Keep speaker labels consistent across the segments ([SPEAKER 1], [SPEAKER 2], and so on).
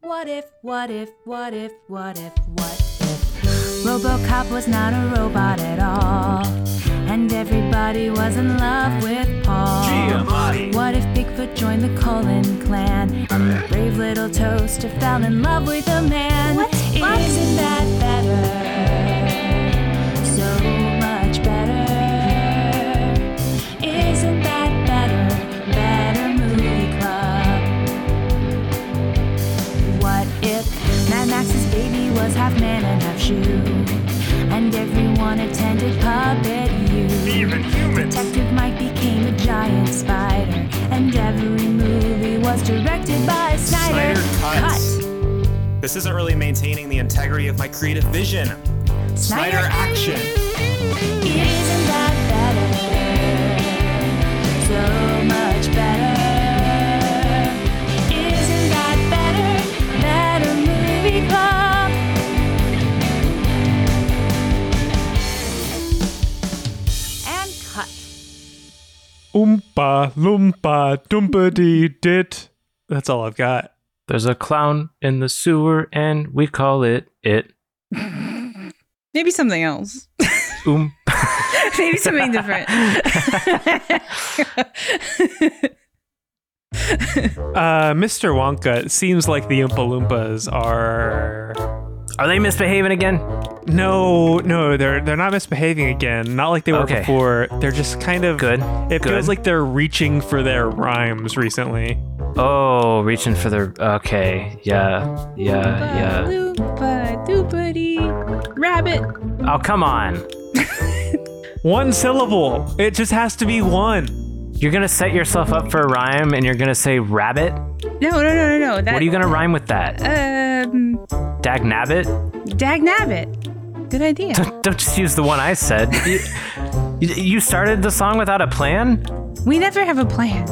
[SPEAKER 1] What if, what if, what if, what if, what if Robocop was not a robot at all? And everybody was in love with Paul. What if Bigfoot joined the Cullen clan? Brave little toaster fell in love with a man.
[SPEAKER 2] What? What?
[SPEAKER 1] Isn't that better? So much better. Isn't that better? Better movie club. What if Mad Max's baby was half man and half shoe? And everyone attended puppet U.
[SPEAKER 3] Even humans.
[SPEAKER 1] Detective Mike became a giant spider, and every movie was directed by Snyder.
[SPEAKER 3] Snyder cuts. This isn't really maintaining the integrity of my creative vision. Snyder action.
[SPEAKER 1] Isn't that better? So much better. Isn't that better? Better movie club. And cut.
[SPEAKER 4] Oompa loompa dumpity dit. That's all I've got.
[SPEAKER 5] There's a clown in the sewer and we call it it.
[SPEAKER 6] Maybe something else.
[SPEAKER 5] Oom.
[SPEAKER 6] Maybe something different.
[SPEAKER 4] Uh, Mr. Wonka, it seems like the Oompa Loompas are.
[SPEAKER 5] Are they misbehaving again?
[SPEAKER 4] No, Oh, no, they're they're not misbehaving again. Not like they were
[SPEAKER 5] Okay.
[SPEAKER 4] before. They're just kind of
[SPEAKER 5] Good.
[SPEAKER 4] It
[SPEAKER 5] good.
[SPEAKER 4] feels like they're reaching for their rhymes recently.
[SPEAKER 5] Oh, reaching for the. Okay. Yeah. Yeah.
[SPEAKER 6] Loompa doopity rabbit.
[SPEAKER 5] Yeah. Oh, come on.
[SPEAKER 4] One syllable. It just has to be one.
[SPEAKER 5] You're gonna set yourself up for a rhyme and you're gonna say rabbit?
[SPEAKER 6] No, no, no, no, no. That,
[SPEAKER 5] What are you gonna rhyme with that?
[SPEAKER 6] Um,
[SPEAKER 5] Dag nabbit?
[SPEAKER 6] dag nabbit. Good idea.
[SPEAKER 5] Don't, don't just use the one I said. You, you- you started the song without a plan?
[SPEAKER 6] we never have a plan.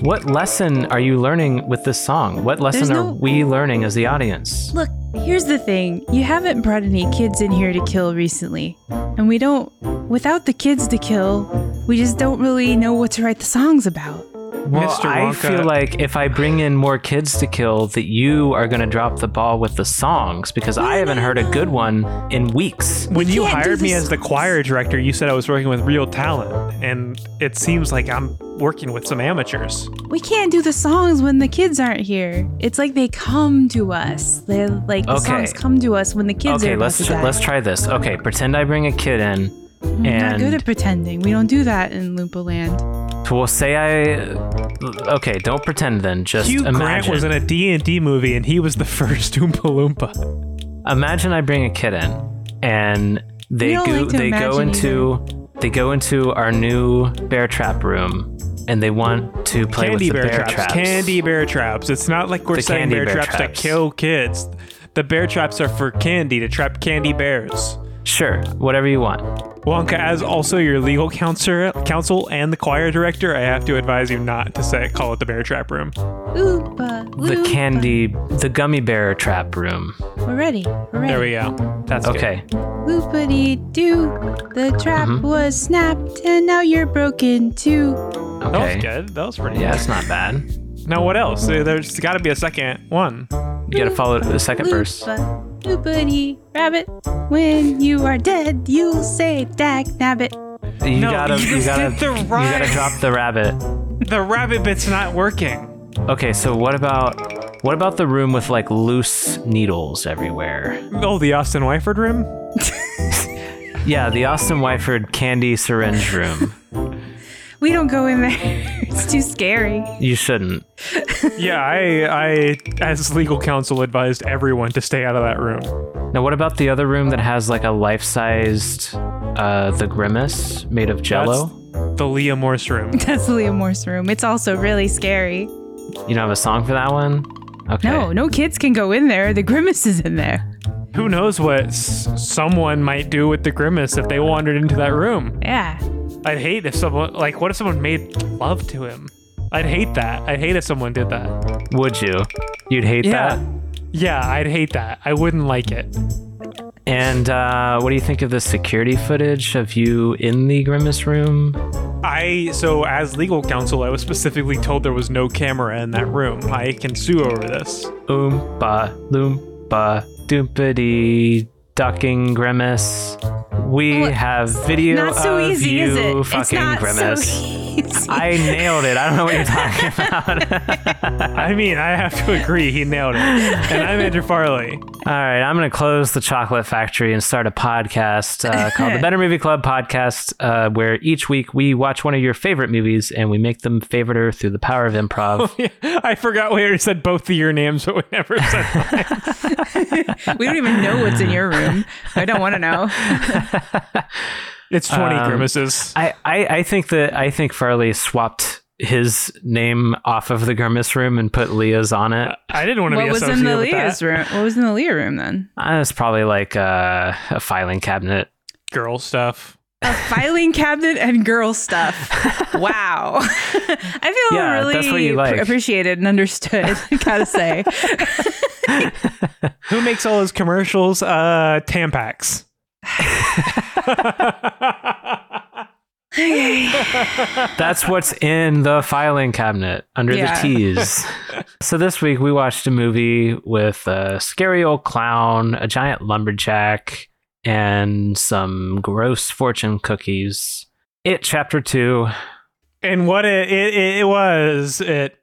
[SPEAKER 5] What lesson are you learning with this song? What lesson
[SPEAKER 6] There's
[SPEAKER 5] are
[SPEAKER 6] no-
[SPEAKER 5] we learning as the audience?
[SPEAKER 6] Look, here's the thing. You haven't brought any kids in here to kill recently. And we don't, without the kids to kill, we just don't really know what to write the songs about.
[SPEAKER 5] Well,
[SPEAKER 4] Mr.
[SPEAKER 5] I
[SPEAKER 4] Wonka.
[SPEAKER 5] feel like if I bring in more kids to kill, that you are gonna drop the ball with the songs because I haven't heard a good one in weeks.
[SPEAKER 4] when you
[SPEAKER 6] can't do
[SPEAKER 4] hired me
[SPEAKER 6] this-
[SPEAKER 4] as the choir director, you said I was working with real talent, and it seems like I'm working with some amateurs.
[SPEAKER 6] We can't do the songs when the kids aren't here. It's like they come to us. They're like the
[SPEAKER 5] Okay.
[SPEAKER 6] songs come to us when the kids
[SPEAKER 5] Okay,
[SPEAKER 6] are.
[SPEAKER 5] let's
[SPEAKER 6] about
[SPEAKER 5] tr-
[SPEAKER 6] to die.
[SPEAKER 5] let's try this. Okay, pretend I bring a kid in
[SPEAKER 6] I'm not good
[SPEAKER 5] and-
[SPEAKER 6] at pretending. We don't do that in Loompa Land.
[SPEAKER 5] Well, say I. Okay, don't pretend then. Just
[SPEAKER 4] Hugh
[SPEAKER 5] imagine.
[SPEAKER 4] Grant was in a D&D movie, and he was the first Oompa Loompa.
[SPEAKER 5] imagine I bring a kid in, and they
[SPEAKER 6] You don't
[SPEAKER 5] go.
[SPEAKER 6] like to
[SPEAKER 5] they go
[SPEAKER 6] imagine
[SPEAKER 5] into. They go into our new bear trap room, and they want to play
[SPEAKER 4] Candy
[SPEAKER 5] with
[SPEAKER 4] bear,
[SPEAKER 5] the bear
[SPEAKER 4] traps. Candy bear traps. It's not like we're
[SPEAKER 5] The
[SPEAKER 4] saying
[SPEAKER 5] candy
[SPEAKER 4] bear,
[SPEAKER 5] bear
[SPEAKER 4] traps, to
[SPEAKER 5] traps.
[SPEAKER 4] kill kids. The bear traps are for candy to trap candy bears.
[SPEAKER 5] Sure, whatever you want.
[SPEAKER 4] Wonka, as also your legal counselor, counsel and the choir director, I have to advise you not to say call it the bear trap room.
[SPEAKER 6] Oompa,
[SPEAKER 5] The
[SPEAKER 6] loompa.
[SPEAKER 5] candy, the gummy bear trap room.
[SPEAKER 6] We're ready. We're ready.
[SPEAKER 4] There we go. That's good.
[SPEAKER 5] Okay.
[SPEAKER 6] Loopity doo. The trap
[SPEAKER 5] Mm-hmm.
[SPEAKER 6] was snapped and now you're broken too.
[SPEAKER 4] That was
[SPEAKER 5] Okay.
[SPEAKER 4] good. That was pretty.
[SPEAKER 5] Yeah,
[SPEAKER 4] good.
[SPEAKER 5] it's not bad.
[SPEAKER 4] Now what else? There- There's got to be a second one.
[SPEAKER 5] You gotta follow the second verse.
[SPEAKER 6] Loompa, loopity rabbit. When you are dead, you'll say dag nabbit.
[SPEAKER 5] You
[SPEAKER 4] No,
[SPEAKER 5] gotta,
[SPEAKER 4] you
[SPEAKER 5] you, gotta,
[SPEAKER 4] did the
[SPEAKER 5] you
[SPEAKER 4] rhyme.
[SPEAKER 5] gotta drop the rabbit.
[SPEAKER 4] The rabbit bit's not working.
[SPEAKER 5] Okay, so what about what about the room with like loose needles everywhere?
[SPEAKER 4] Oh, the Austin Wyford room.
[SPEAKER 5] Yeah, the Austin Wyford candy syringe room.
[SPEAKER 6] We don't go in there. it's too scary.
[SPEAKER 5] You shouldn't.
[SPEAKER 4] Yeah, I, I, as legal counsel, advised everyone to stay out of that room.
[SPEAKER 5] Now, what about the other room that has like a life-sized, uh, the grimace made of Jello?
[SPEAKER 4] That's the Leah Morse room.
[SPEAKER 6] That's Leah Morse room. It's also really scary.
[SPEAKER 5] You don't have a song for that one? Okay.
[SPEAKER 6] No, no kids can go in there. The grimace is in there.
[SPEAKER 4] Who knows what s- someone might do with the grimace if they wandered into that room?
[SPEAKER 6] Yeah.
[SPEAKER 4] I'd hate if someone, like, what if someone made love to him? I'd hate that. I'd hate if someone did that.
[SPEAKER 5] Would you? You'd hate that.
[SPEAKER 4] Yeah, I'd hate that. I wouldn't like it.
[SPEAKER 5] And uh, what do you think of the security footage of you in the grimace room?
[SPEAKER 4] I so as legal counsel, I was specifically told there was no camera in that room. I can sue over this.
[SPEAKER 5] Oompa loompa doopity ducking grimace. We
[SPEAKER 6] Well,
[SPEAKER 5] have video
[SPEAKER 6] Not so
[SPEAKER 5] of
[SPEAKER 6] easy,
[SPEAKER 5] you
[SPEAKER 6] is it?
[SPEAKER 5] fucking
[SPEAKER 6] It's not
[SPEAKER 5] grimace.
[SPEAKER 6] so easy.
[SPEAKER 5] I nailed it. I don't know what you're talking about.
[SPEAKER 4] I mean, I have to agree, he nailed it. And I'm Andrew Farley.
[SPEAKER 5] All right, I'm going to close the chocolate factory and start a podcast uh, called the Better Movie Club Podcast, uh, where each week we watch one of your favorite movies and we make them favoriter through the power of improv.
[SPEAKER 4] I forgot we already said both of your names, but we never said mine.
[SPEAKER 6] we don't even know what's in your room. I don't want to know.
[SPEAKER 4] It's 20
[SPEAKER 5] Um,
[SPEAKER 4] grimaces.
[SPEAKER 5] I, I, I think that I think Farley swapped his name off of the Grimace Room and put Leah's on it.
[SPEAKER 4] I didn't want to
[SPEAKER 6] What
[SPEAKER 4] be
[SPEAKER 6] was in
[SPEAKER 4] associated
[SPEAKER 6] the
[SPEAKER 4] with
[SPEAKER 6] Leah's
[SPEAKER 4] that.
[SPEAKER 6] room? What was in the Leah room then?
[SPEAKER 5] Uh, it's probably like uh, a filing cabinet.
[SPEAKER 4] Girl stuff.
[SPEAKER 6] A filing cabinet and girl stuff. Wow. I feel
[SPEAKER 5] Yeah,
[SPEAKER 6] really
[SPEAKER 5] that's what you like.
[SPEAKER 6] pr- appreciated and understood, I gotta say.
[SPEAKER 4] Who makes all those commercials? Uh, Tampax.
[SPEAKER 5] That's what's in the filing cabinet under
[SPEAKER 6] Yeah.
[SPEAKER 5] the T's. so this week we watched a movie with a scary old clown, a giant lumberjack, and some gross fortune cookies. It chapter two.
[SPEAKER 4] and what it, it, it, it was, it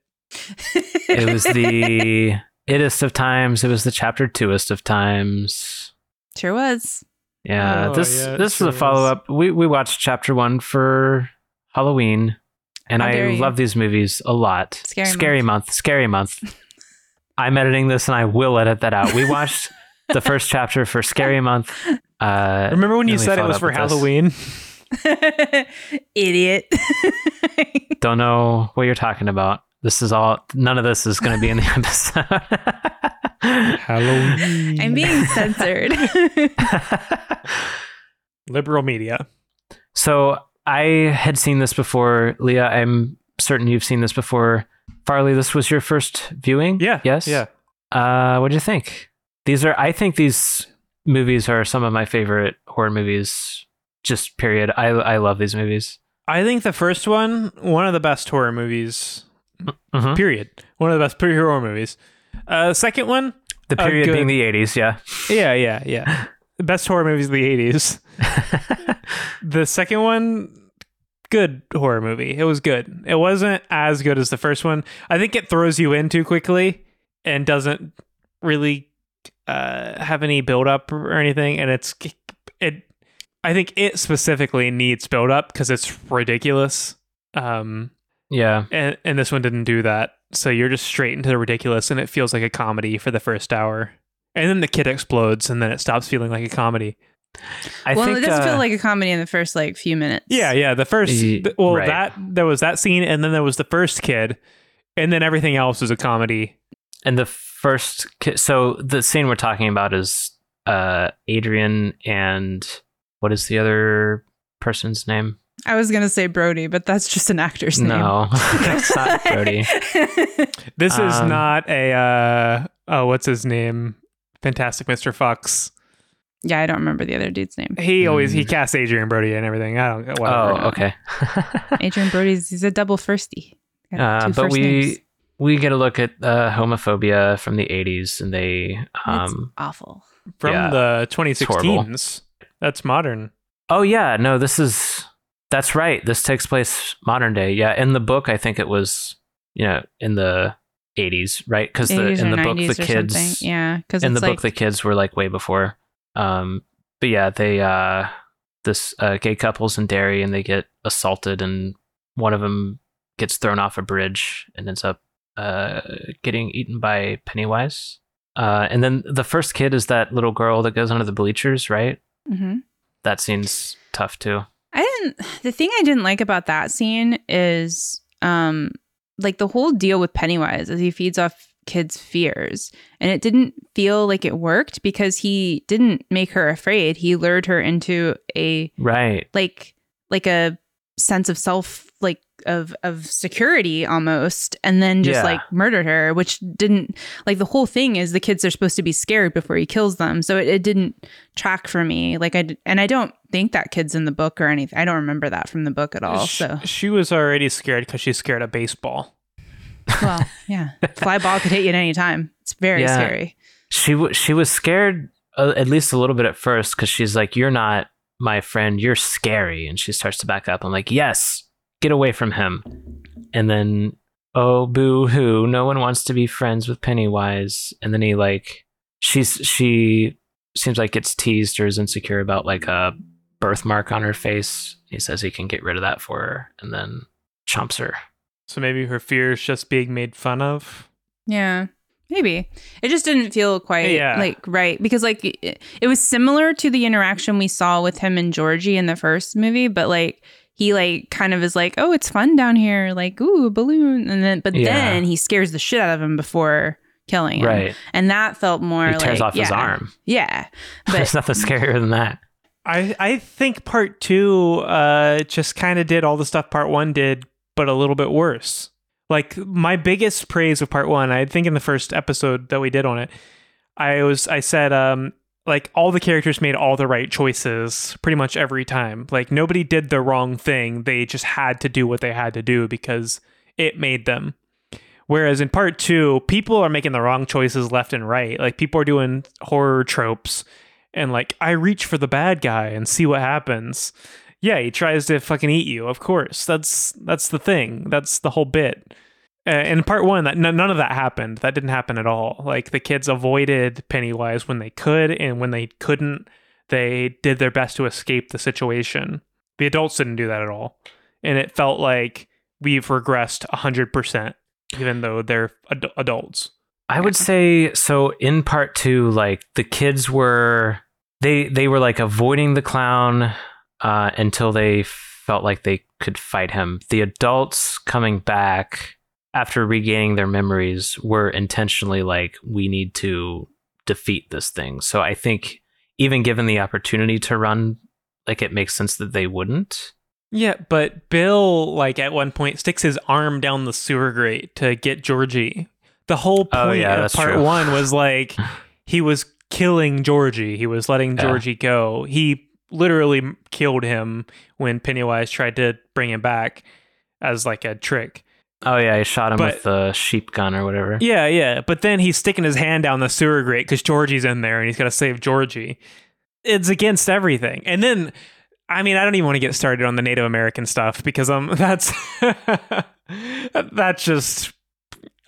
[SPEAKER 5] It was the itest of times. It was the chapter twoest of times.
[SPEAKER 6] Sure was.
[SPEAKER 5] Yeah,
[SPEAKER 4] Oh,
[SPEAKER 5] this
[SPEAKER 4] yeah, it
[SPEAKER 5] this
[SPEAKER 4] sure
[SPEAKER 5] is a follow up. We we watched chapter one for Halloween, and
[SPEAKER 6] How dare
[SPEAKER 5] I
[SPEAKER 6] you.
[SPEAKER 5] love these movies a lot.
[SPEAKER 6] Scary
[SPEAKER 5] month. scary month. I'm editing this, and I will edit that out. We watched the first chapter for Scary Month. Uh,
[SPEAKER 4] Remember when you
[SPEAKER 5] Really
[SPEAKER 4] said it
[SPEAKER 5] followed
[SPEAKER 4] was
[SPEAKER 5] up
[SPEAKER 4] for
[SPEAKER 5] with this.
[SPEAKER 4] Halloween?
[SPEAKER 6] Idiot.
[SPEAKER 5] Don't know what you're talking about. This is all. None of this is going to be in the episode.
[SPEAKER 4] Halloween.
[SPEAKER 6] I'm being censored.
[SPEAKER 4] Liberal media.
[SPEAKER 5] So I had seen this before, Leah. I'm certain you've seen this before. Farley, this was your first viewing.
[SPEAKER 4] Yeah.
[SPEAKER 5] Yes.
[SPEAKER 4] Yeah.
[SPEAKER 5] Uh, what do you think? These are. I think these movies are some of my favorite horror movies. Just period. I I love these movies.
[SPEAKER 4] I think the first one, one of the best horror movies.
[SPEAKER 5] Mhm.
[SPEAKER 4] Period. One of the best period horror movies. Uh, second one,
[SPEAKER 5] The
[SPEAKER 4] A
[SPEAKER 5] period
[SPEAKER 4] good-
[SPEAKER 5] being the 80s, yeah.
[SPEAKER 4] yeah, yeah, yeah. The best horror movies of the eighties. the second one, good horror movie. It was good. It wasn't as good as the first one. I think it throws you in too quickly and doesn't really uh, have any build up or anything. And it's it. I think it specifically needs build up because it's ridiculous. Um,
[SPEAKER 5] Yeah.
[SPEAKER 4] and and this one didn't do that. So you're just straight into the ridiculous, and it feels like a comedy for the first hour, and then the kid explodes, and then it stops feeling like a comedy.
[SPEAKER 5] I
[SPEAKER 6] well,
[SPEAKER 5] think
[SPEAKER 6] it doesn't
[SPEAKER 5] uh,
[SPEAKER 6] feel like a comedy in the first like few minutes.
[SPEAKER 4] Yeah, yeah. The first,
[SPEAKER 5] Ye-
[SPEAKER 4] th- well,
[SPEAKER 5] right.
[SPEAKER 4] that there was that scene, and then there was the first kid, and then everything else is a comedy.
[SPEAKER 5] and the first ki- so the scene we're talking about is uh Adrian and what is the other person's name?
[SPEAKER 6] I was gonna say Brody, but that's just an actor's name.
[SPEAKER 5] No. it's not Brody.
[SPEAKER 4] This is
[SPEAKER 5] Um,
[SPEAKER 4] not a uh, oh, what's his name? Fantastic Mr. Fox.
[SPEAKER 6] yeah, I don't remember the other dude's name.
[SPEAKER 4] He always he casts Adrian Brody and everything. I don't whatever.
[SPEAKER 5] Hmm. Oh, okay.
[SPEAKER 6] Adrian Brody's he's a double firsty. Got
[SPEAKER 5] uh,
[SPEAKER 6] two
[SPEAKER 5] but
[SPEAKER 6] first
[SPEAKER 5] we
[SPEAKER 6] names.
[SPEAKER 5] we get a look at uh, homophobia from the 80s and they
[SPEAKER 6] That's
[SPEAKER 5] um
[SPEAKER 6] awful.
[SPEAKER 4] From
[SPEAKER 5] Yeah.
[SPEAKER 4] the
[SPEAKER 5] horrible.
[SPEAKER 4] 2016s. That's modern.
[SPEAKER 5] Oh yeah, no, this is that's right. This takes place modern day. Yeah, in the book, I think it was you know in the eighties, right? Because in
[SPEAKER 6] 80s or
[SPEAKER 5] the book
[SPEAKER 6] 90s
[SPEAKER 5] the
[SPEAKER 6] or
[SPEAKER 5] kids
[SPEAKER 6] something. Yeah, because
[SPEAKER 5] in the
[SPEAKER 6] it's like,
[SPEAKER 5] book the kids were like way before. Um, but yeah, they uh this uh, gay couples in Derry and they get assaulted and one of them gets thrown off a bridge and ends up uh getting eaten by Pennywise. Uh, and then the first kid is that little girl that goes under the bleachers, right?
[SPEAKER 6] Mhm.
[SPEAKER 5] That scene's tough too.
[SPEAKER 6] I didn't the thing I didn't like about that scene is um like the whole deal with Pennywise is he feeds off kids' fears. And it didn't feel like it worked because he didn't make her afraid. He lured her into a
[SPEAKER 5] Right.
[SPEAKER 6] like like a sense of self like of of security almost and then just
[SPEAKER 5] Yeah.
[SPEAKER 6] like murdered her which didn't like the whole thing is the kids are supposed to be scared before he kills them so it, it didn't track for me like i d- and i don't think that kid's in the book or anything i don't remember that from the book at all
[SPEAKER 4] Sh-
[SPEAKER 6] so
[SPEAKER 4] She, was already scared because she's scared of baseball.
[SPEAKER 6] well yeah fly ball could hit you at any time it's very
[SPEAKER 5] Yeah.
[SPEAKER 6] scary
[SPEAKER 5] She w- she was scared uh, at least a little bit at first because she's like, "You're not my friend. You're scary." And she starts to back up. I'm like, "Yes, get away from him." And then, oh boo hoo, no one wants to be friends with Pennywise. And then he like, she's she seems like gets teased or is insecure about like a birthmark on her face. He says he can get rid of that for her, and then chomps her.
[SPEAKER 4] So maybe her fear is just being made fun of.
[SPEAKER 6] Yeah, maybe it just didn't feel quite
[SPEAKER 4] Yeah.
[SPEAKER 6] like right because like it, it was similar to the interaction we saw with him and Georgie in the first movie, but like he like kind of is like, oh, it's fun down here, like ooh, a balloon, and then but
[SPEAKER 5] Yeah.
[SPEAKER 6] then he scares the shit out of him before killing him,
[SPEAKER 5] Right,
[SPEAKER 6] And that felt more
[SPEAKER 5] he tears
[SPEAKER 6] like,
[SPEAKER 5] off his
[SPEAKER 6] yeah,
[SPEAKER 5] arm.
[SPEAKER 6] Yeah,
[SPEAKER 5] There's
[SPEAKER 6] but
[SPEAKER 5] nothing scarier than that.
[SPEAKER 4] I I think part two uh just kind of did all the stuff part one did, but a little bit worse. Like my biggest praise of part one, I think in the first episode that we did on it, I was I said um like all the characters made all the right choices pretty much every time. Like nobody did the wrong thing. They just had to do what they had to do because it made them. Whereas in part two, people are making the wrong choices left and right. Like people are doing horror tropes and like I reach for the bad guy and see what happens. Yeah, he tries to fucking eat you. Of course, that's that's the thing. That's the whole bit. Uh, in part one, that n- none of that happened. That didn't happen at all. Like the kids avoided Pennywise when they could, and when they couldn't, they did their best to escape the situation. The adults didn't do that at all, and it felt like we've regressed hundred percent, even though they're ad- adults.
[SPEAKER 5] I would say so in part 2 like the kids were they they were like avoiding the clown uh until they felt like they could fight him. The adults coming back after regaining their memories were intentionally like we need to defeat this thing. So I think even given the opportunity to run like it makes sense that they wouldn't.
[SPEAKER 4] Yeah, but Bill, like at one point, sticks his arm down the sewer grate to get Georgie. The whole point
[SPEAKER 5] Oh, yeah,
[SPEAKER 4] of
[SPEAKER 5] that's
[SPEAKER 4] part
[SPEAKER 5] true.
[SPEAKER 4] one was like he was killing Georgie. He was letting
[SPEAKER 5] Yeah.
[SPEAKER 4] Georgie go. He literally m- killed him when Pennywise tried to bring him back as like a trick.
[SPEAKER 5] Oh yeah, I shot him
[SPEAKER 4] But-
[SPEAKER 5] with the sheep gun or whatever.
[SPEAKER 4] Yeah, yeah. But then he's sticking his hand down the sewer grate because Georgie's in there and he's got to save Georgie. It's against everything. And then, I mean, I don't even want to get started on the Native American stuff because um, that's that's just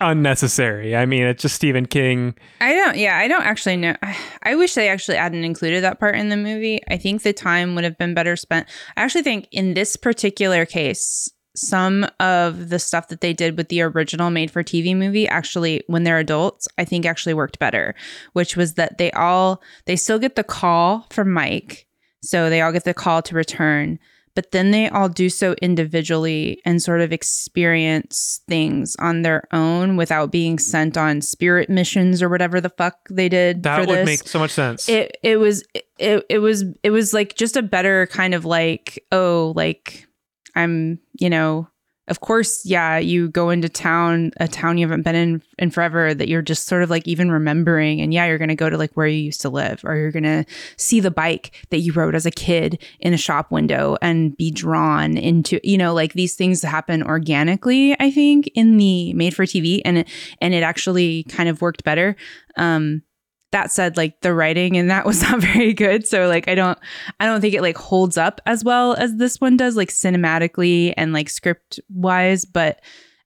[SPEAKER 4] unnecessary. I mean, it's just Stephen King.
[SPEAKER 6] I don't. Yeah, I don't actually know. I wish they actually hadn't included that part in the movie. I think the time would have been better spent. I actually think in this particular case, some of the stuff that they did with the original made-for-TV movie actually, when they're adults, I think actually worked better. Which was that they all they still get the call from Mike, so they all get the call to return. But then they all do so individually and sort of experience things on their own without being sent on spirit missions or whatever the fuck they did.
[SPEAKER 4] That
[SPEAKER 6] for
[SPEAKER 4] would
[SPEAKER 6] this
[SPEAKER 4] make so much sense.
[SPEAKER 6] it it was it, it was it was like just a better kind of like oh like i'm you know of course yeah you go into town a town you haven't been in in forever that you're just sort of like even remembering and yeah you're gonna go to like where you used to live or you're gonna see the bike that you rode as a kid in a shop window and be drawn into you know like these things happen organically i think in the made for tv and it and it actually kind of worked better um that said like the writing and that was not very good so like i don't i don't think it like holds up as well as this one does like cinematically and like script wise but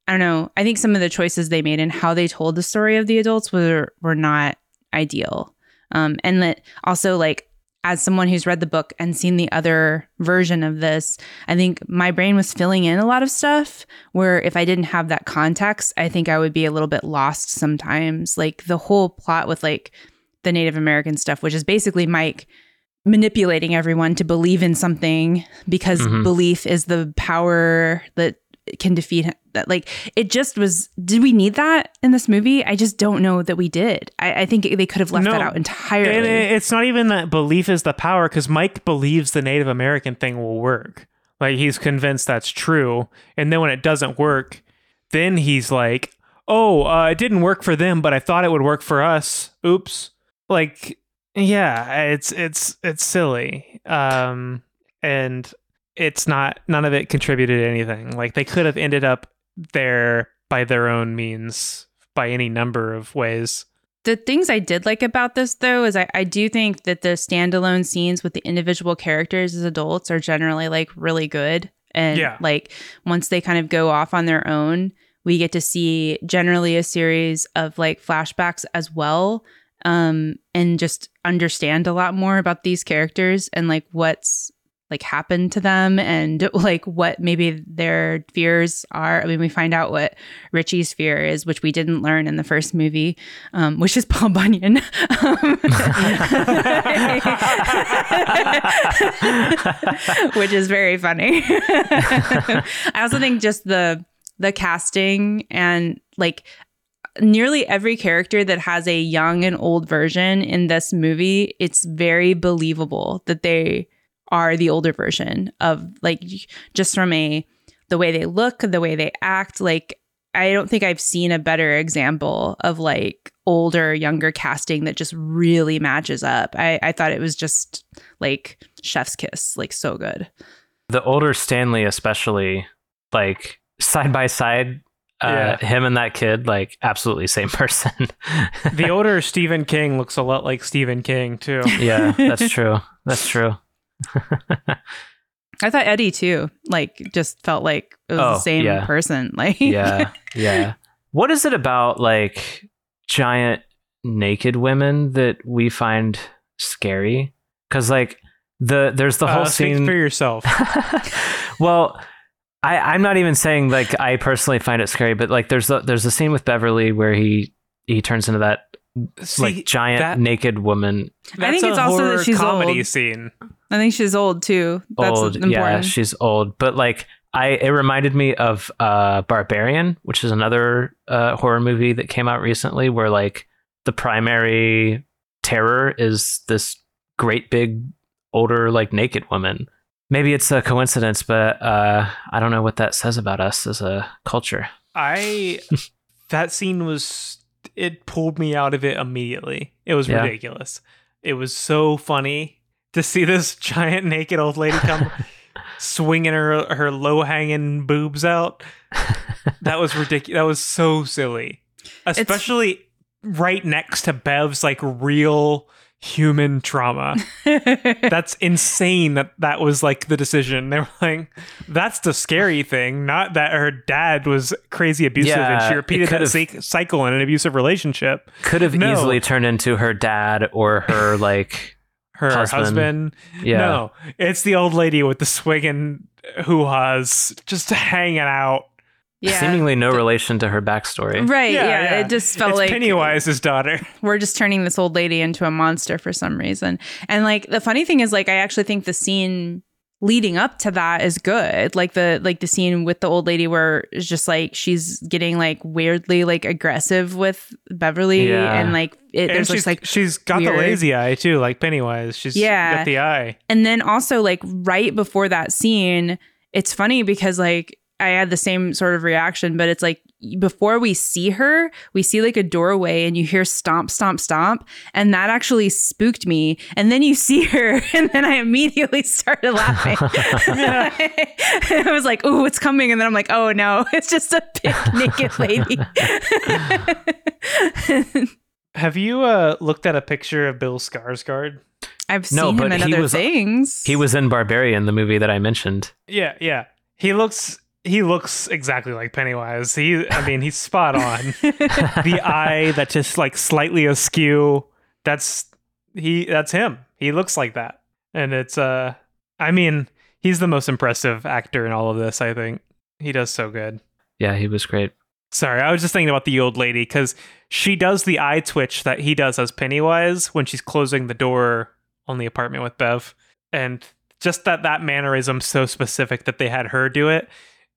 [SPEAKER 6] i don't know i think some of the choices they made and how they told the story of the adults were were not ideal um and that also like as someone who's read the book and seen the other version of this i think my brain was filling in a lot of stuff where if I didn't have that context, I think I would be a little bit lost sometimes. Like the whole plot with like the Native American stuff, which is basically Mike manipulating everyone to believe in something because
[SPEAKER 5] Mhm.
[SPEAKER 6] belief is the power that can defeat him. That like it just was. Did we need that in this movie? I just don't know that we did. I, I think they could have left
[SPEAKER 4] No.
[SPEAKER 6] that out entirely.
[SPEAKER 4] And it- it's not even that belief is the power because Mike believes the Native American thing will work. Like he's convinced that's true. And then when it doesn't work, then he's like, "Oh, uh, it didn't work for them, but I thought it would work for us. Oops." Like, yeah, it's it's it's silly. Um, and it's not none of it contributed to anything. Like they could have ended up there by their own means, by any number of ways.
[SPEAKER 6] the things I did like about this though is I, I do think that the standalone scenes with the individual characters as adults are generally like really good. And
[SPEAKER 4] Yeah.
[SPEAKER 6] like once they kind of go off on their own, we get to see generally a series of like flashbacks as well. Um, and just understand a lot more about these characters and like what's like happened to them and like what maybe their fears are. I mean, we find out what Richie's fear is, which we didn't learn in the first movie um, which is Paul Bunyan. Um, which is very funny. I also think just the the casting and like nearly every character that has a young and old version in this movie, it's very believable that they are the older version of like just from a the way they look, the way they act, like I don't think I've seen a better example of like older, younger casting that just really matches up. I, I thought it was just like chef's kiss, like so good.
[SPEAKER 5] the older Stanley, especially, like side by side, uh, him and that kid, like absolutely same person.
[SPEAKER 4] The older Stephen King looks a lot like Stephen King too.
[SPEAKER 5] yeah, that's true. That's true.
[SPEAKER 6] I thought Eddie too, like just felt like it was
[SPEAKER 5] Oh,
[SPEAKER 6] the same
[SPEAKER 5] yeah.
[SPEAKER 6] person. Like
[SPEAKER 5] yeah, yeah. What is it about like giant naked women that we find scary? Because like the there's the
[SPEAKER 4] Uh,
[SPEAKER 5] whole
[SPEAKER 4] speak
[SPEAKER 5] scene.
[SPEAKER 4] for yourself.
[SPEAKER 5] well, I, I'm not even saying like I personally find it scary, but like there's the, there's a scene with Beverly where he he turns into that
[SPEAKER 4] See,
[SPEAKER 5] like giant
[SPEAKER 4] that-
[SPEAKER 5] naked woman.
[SPEAKER 4] that's
[SPEAKER 6] think
[SPEAKER 4] a
[SPEAKER 6] it's also that
[SPEAKER 4] horror
[SPEAKER 6] she's
[SPEAKER 4] comedy
[SPEAKER 6] old.
[SPEAKER 4] scene.
[SPEAKER 6] I think she's old too. That's
[SPEAKER 5] old,
[SPEAKER 6] important.
[SPEAKER 5] yeah, she's old, but like I it reminded me of uh, Barbarian, which is another uh, horror movie that came out recently, where like the primary terror is this great big older like naked woman. Maybe it's a coincidence, but uh, I don't know what that says about us as a culture.
[SPEAKER 4] I that scene was it pulled me out of it immediately. It was
[SPEAKER 5] Yeah.
[SPEAKER 4] ridiculous. It was so funny to see this giant naked old lady come swinging her her low hanging boobs out. That was ridiculous. That was so silly, especially right next to Bev's like real human trauma. That's insane that that was like the decision. They were like, that's the scary thing, not that her dad was crazy abusive and
[SPEAKER 5] Yeah,
[SPEAKER 4] she
[SPEAKER 5] it
[SPEAKER 4] repeated that
[SPEAKER 5] could've-
[SPEAKER 4] cy- cycle in an abusive relationship.
[SPEAKER 5] Could have
[SPEAKER 4] No.
[SPEAKER 5] easily turned into her dad or her like
[SPEAKER 4] Her
[SPEAKER 5] Husband.
[SPEAKER 4] husband.
[SPEAKER 5] yeah.
[SPEAKER 4] No, it's the old lady with the swinging hoo ha's just hanging out.
[SPEAKER 6] yeah.
[SPEAKER 5] Seemingly no relation to her backstory.
[SPEAKER 6] Right, yeah, It just felt
[SPEAKER 4] it's
[SPEAKER 6] like
[SPEAKER 4] Pennywise's daughter.
[SPEAKER 6] we're just turning this old lady into a monster for some reason. And like the funny thing is like I actually think the scene leading up to that is good. Like the like the scene with the old lady where it's just like she's getting like weirdly like aggressive with Beverly
[SPEAKER 5] Yeah.
[SPEAKER 6] and like
[SPEAKER 4] And
[SPEAKER 6] it, there's
[SPEAKER 4] she's
[SPEAKER 6] just
[SPEAKER 4] like
[SPEAKER 6] like
[SPEAKER 4] she's got
[SPEAKER 6] weird-
[SPEAKER 4] the lazy eye too, like Pennywise. She's
[SPEAKER 6] Yeah.
[SPEAKER 4] got the eye.
[SPEAKER 6] and then also like right before that scene, it's funny because like I had the same sort of reaction, but it's like before we see her, we see like a doorway and you hear stomp, stomp, stomp. And that actually spooked me. And then you see her, and then I immediately started laughing. I was like, oh, it's coming. And then I'm like, oh no, it's just a big naked lady.
[SPEAKER 4] Have you uh, looked at a picture of Bill Skarsgård?
[SPEAKER 6] I've seen
[SPEAKER 5] No,
[SPEAKER 6] him
[SPEAKER 5] but
[SPEAKER 6] in
[SPEAKER 5] he
[SPEAKER 6] other
[SPEAKER 5] was-
[SPEAKER 6] things.
[SPEAKER 5] He was in Barbarian, the movie that I mentioned.
[SPEAKER 4] Yeah, yeah. He looks he looks exactly like Pennywise. He I mean, he's spot on. the eye that just like slightly askew. That's he that's him. He looks like that. And it's uh I mean, he's the most impressive actor in all of this, I think. He does so good.
[SPEAKER 5] Yeah, he was great.
[SPEAKER 4] Sorry, I was just thinking about the old lady because she does the eye twitch that he does as Pennywise when she's closing the door on the apartment with Bev, and just that that mannerism so specific that they had her do it.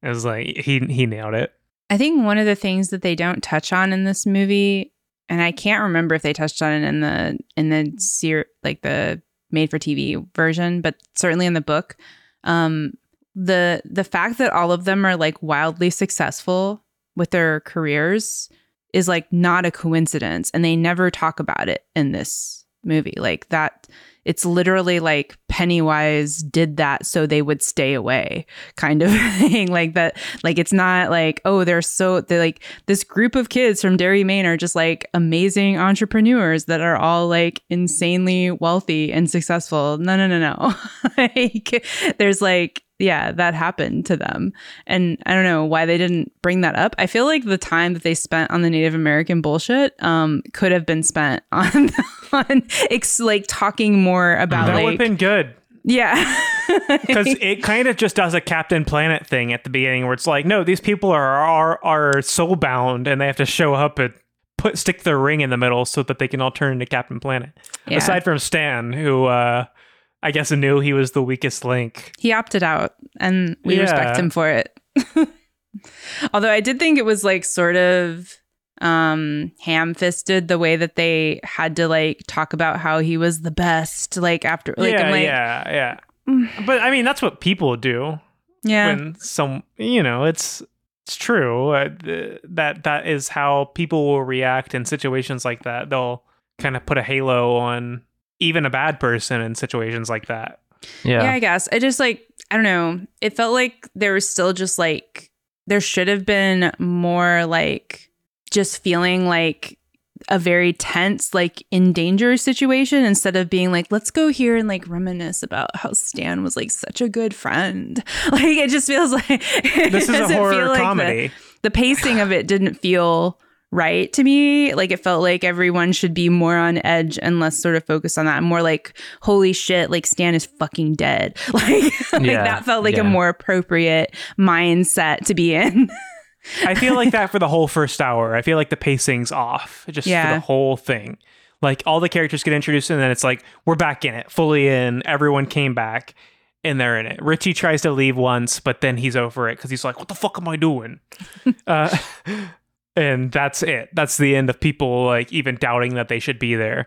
[SPEAKER 4] It was like he he nailed it.
[SPEAKER 6] I think one of the things that they don't touch on in this movie, and I can't remember if they touched on it in the in the ser- like the made for TV version, but certainly in the book, um, the the fact that all of them are like wildly successful with their careers is like not a coincidence and they never talk about it in this movie like that it's literally like pennywise did that so they would stay away kind of thing like that like it's not like oh they're so they're like this group of kids from Derry Maine are just like amazing entrepreneurs that are all like insanely wealthy and successful no no no no like there's like yeah, that happened to them. And I don't know why they didn't bring that up. I feel like the time that they spent on the Native American bullshit um, could have been spent on, on ex- like talking more about
[SPEAKER 4] That would have
[SPEAKER 6] like
[SPEAKER 4] been good.
[SPEAKER 6] yeah,
[SPEAKER 4] Because it kind of just does a Captain Planet thing at the beginning, where it's like, no, these people are are, are soul bound, and they have to show up and put stick their ring in the middle so that they can all turn into Captain Planet.
[SPEAKER 6] Yeah.
[SPEAKER 4] Aside from Stan, who uh, I guess knew he was the weakest link.
[SPEAKER 6] he opted out, and we respect
[SPEAKER 4] Yeah.
[SPEAKER 6] him for it. Although I did think it was like sort of um ham-fisted the way that they had to like talk about how he was the best like after like
[SPEAKER 4] yeah,
[SPEAKER 6] I'm like
[SPEAKER 4] yeah, yeah. But I mean, that's what people do
[SPEAKER 6] yeah.
[SPEAKER 4] when some, you know, it's it's true uh, th- that that is how people will react in situations like that. They'll kind of put a halo on even a bad person in situations like that.
[SPEAKER 5] Yeah.
[SPEAKER 6] Yeah, I guess. I just like, I don't know. It felt like there was still just like, there should have been more like just feeling like a very tense, like in danger situation instead of being like, let's go here and like reminisce about how Stan was like such a good friend. Like, it just feels like
[SPEAKER 4] This is a horror comedy.
[SPEAKER 6] the pacing of it didn't feel right to me. Like it felt like everyone should be more on edge and less sort of focused on that. And more like, holy shit, like Stan is fucking dead. Like, like
[SPEAKER 5] Yeah,
[SPEAKER 6] that felt like
[SPEAKER 5] yeah.
[SPEAKER 6] a more appropriate mindset to be in.
[SPEAKER 4] I feel like that for the whole first hour. I feel like the pacing's off just for
[SPEAKER 6] Yeah.
[SPEAKER 4] the whole thing. Like all the characters get introduced and then it's like we're back in it, fully in. Everyone came back and they're in it. Richie tries to leave once, but then he's over it because he's like, "What the fuck am I doing?" uh, and that's it. That's the end of people like even doubting that they should be there.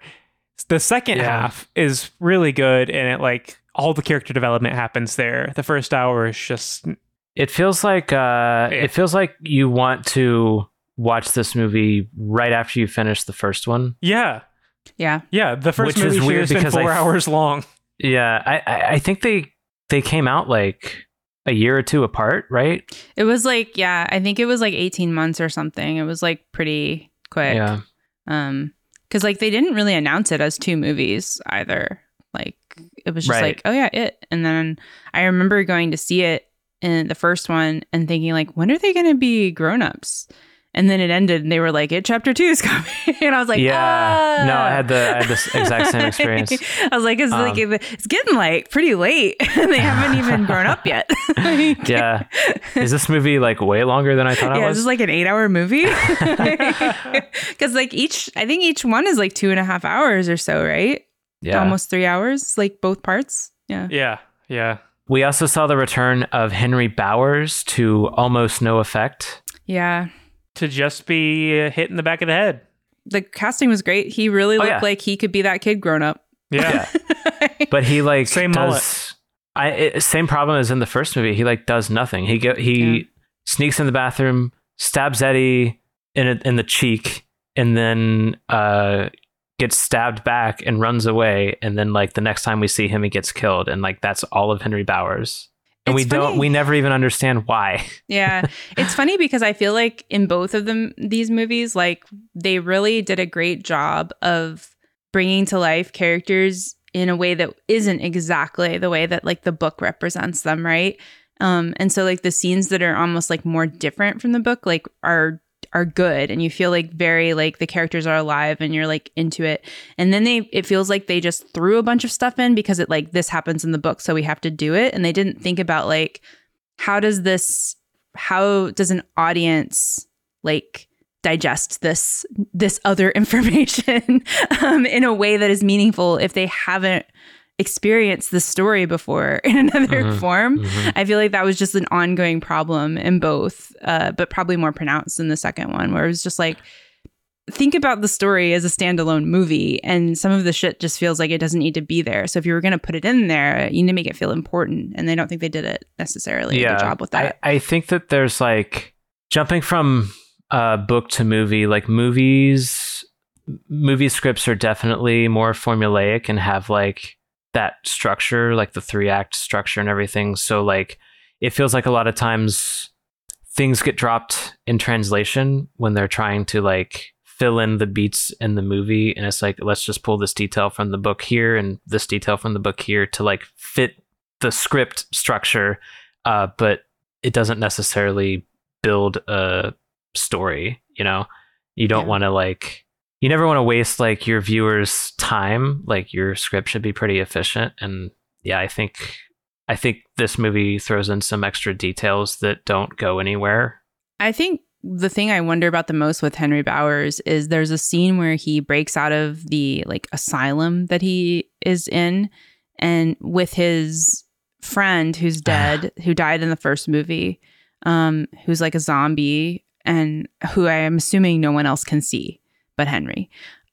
[SPEAKER 4] The second
[SPEAKER 5] Yeah.
[SPEAKER 4] half is really good and it like all the character development happens there. The first hour is just
[SPEAKER 5] It feels like uh, it feels like you want to watch this movie right after you finish the first one.
[SPEAKER 4] yeah.
[SPEAKER 6] yeah.
[SPEAKER 4] Yeah, the first
[SPEAKER 5] Which is
[SPEAKER 4] movie should
[SPEAKER 5] weird
[SPEAKER 4] have been
[SPEAKER 5] because I
[SPEAKER 4] four
[SPEAKER 5] f-
[SPEAKER 4] hours long.
[SPEAKER 5] Yeah, I, I, I think they they came out like a year or two apart, right?
[SPEAKER 6] It was like, yeah, I think it was like 18 months or something. It was like pretty quick.
[SPEAKER 5] Yeah,
[SPEAKER 6] Um, cause like they didn't really announce it as two movies either. Like it was just
[SPEAKER 5] Right.
[SPEAKER 6] like, oh yeah, it. And then I remember going to see it in the first one and thinking like, when are they going to be grown ups? And then it ended and they were like, it chapter two is coming. and I was like,
[SPEAKER 5] yeah. No, I
[SPEAKER 6] "Ah."
[SPEAKER 5] had the I had this exact same experience.
[SPEAKER 6] I was like, it's like
[SPEAKER 5] Um,
[SPEAKER 6] it's getting like pretty late, and they haven't even grown up yet. Like-
[SPEAKER 5] Yeah. Is this movie like way longer than I thought
[SPEAKER 6] yeah,
[SPEAKER 5] it
[SPEAKER 6] it's
[SPEAKER 5] was?
[SPEAKER 6] just like an eight hour movie. Because, like, each, I think each one is like two and a half hours or so, right?
[SPEAKER 5] yeah.
[SPEAKER 6] Almost three hours, like both parts. Yeah.
[SPEAKER 4] Yeah, yeah.
[SPEAKER 5] We also saw the return of Henry Bowers to almost no effect.
[SPEAKER 6] Yeah.
[SPEAKER 4] To just be uh, hit in the back of the head.
[SPEAKER 6] The casting was great. He really
[SPEAKER 5] Oh,
[SPEAKER 6] looked
[SPEAKER 5] yeah.
[SPEAKER 6] like he could be that kid grown up.
[SPEAKER 4] Yeah.
[SPEAKER 5] but he like
[SPEAKER 4] Same
[SPEAKER 5] does I it, same problem as in the first movie. He like does nothing. He go, he
[SPEAKER 6] Yeah.
[SPEAKER 5] sneaks in the bathroom, stabs Eddie in a, in the cheek, and then uh gets stabbed back and runs away. And then like the next time we see him, he gets killed. And like that's all of Henry Bowers. And
[SPEAKER 6] It's
[SPEAKER 5] we
[SPEAKER 6] funny.
[SPEAKER 5] don't we never even understand why.
[SPEAKER 6] yeah. It's funny because I feel like in both of them, these movies, like, they really did a great job of bringing to life characters in a way that isn't exactly the way that like the book represents them, right? Um, and so like the scenes that are almost like more different from the book, like are are good and you feel like very like the characters are alive and you're like into it. And then they it feels like they just threw a bunch of stuff in because it like this happens in the book, so we have to do it. And they didn't think about like how does this how does an audience like digest this this other information um, in a way that is meaningful if they haven't experienced the story before in another
[SPEAKER 5] Mhm.
[SPEAKER 6] form I feel like that was just an ongoing problem in both, uh, but probably more pronounced in the second one, where it was just like think about the story as a standalone movie and some of the shit just feels like it doesn't need to be there. So if you were going to put it in there, you need to make it feel important and I don't think they did it necessarily a
[SPEAKER 5] Yeah,
[SPEAKER 6] good job with that.
[SPEAKER 5] I, I think that there's like jumping from uh, book to movie, like movies, movie scripts are definitely more formulaic and have like that structure, like the three act structure and everything. So, like, it feels like a lot of times things get dropped in translation when they're trying to like fill in the beats in the movie. And it's like, let's just pull this detail from the book here and this detail from the book here to like fit the script structure uh, but it doesn't necessarily build a story. You know, you don't
[SPEAKER 6] Yeah.
[SPEAKER 5] want to like, you never want to waste like your viewers' time. Like your script should be pretty efficient, and yeah, I think I think this movie throws in some extra details that don't go anywhere.
[SPEAKER 6] I think the thing I wonder about the most with Henry Bowers is there's a scene where he breaks out of the like asylum that he is in and with his friend who's dead, who died in the first movie, um, who's like a zombie and who I am assuming no one else can see but Henry.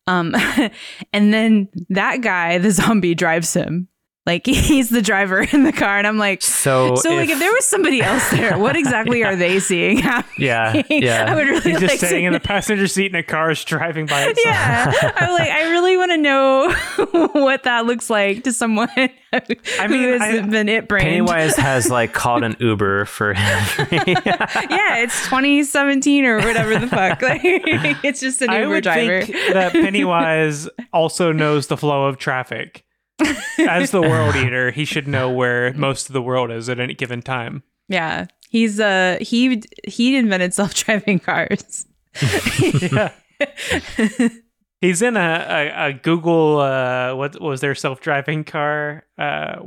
[SPEAKER 6] Um, and then that guy, the zombie, drives him. Like he's the driver in the car. And I'm like,
[SPEAKER 5] So,
[SPEAKER 6] so like if there was somebody else there, what exactly
[SPEAKER 5] Yeah.
[SPEAKER 6] are they seeing
[SPEAKER 5] yeah,
[SPEAKER 6] happening? I
[SPEAKER 5] yeah,
[SPEAKER 6] would really
[SPEAKER 4] He's
[SPEAKER 6] like
[SPEAKER 4] just sitting
[SPEAKER 6] to
[SPEAKER 4] in
[SPEAKER 6] know-
[SPEAKER 4] the passenger seat in a car is driving by itself.
[SPEAKER 6] yeah, I'm like, I really want to know what that looks like to someone I
[SPEAKER 4] mean,
[SPEAKER 6] who
[SPEAKER 4] I-
[SPEAKER 6] has been it brained.
[SPEAKER 5] Pennywise has like called an Uber for Henry.
[SPEAKER 6] yeah, it's 2017 or whatever the fuck. Like, it's just an
[SPEAKER 4] I
[SPEAKER 6] Uber
[SPEAKER 4] would
[SPEAKER 6] driver.
[SPEAKER 4] think that Pennywise also knows the flow of traffic. As the world eater, he should know where most of the world is at any given time.
[SPEAKER 6] yeah, he's uh he he invented self driving cars.
[SPEAKER 4] Yeah. He's in a, a, a Google, uh, what was their self driving car? Uh,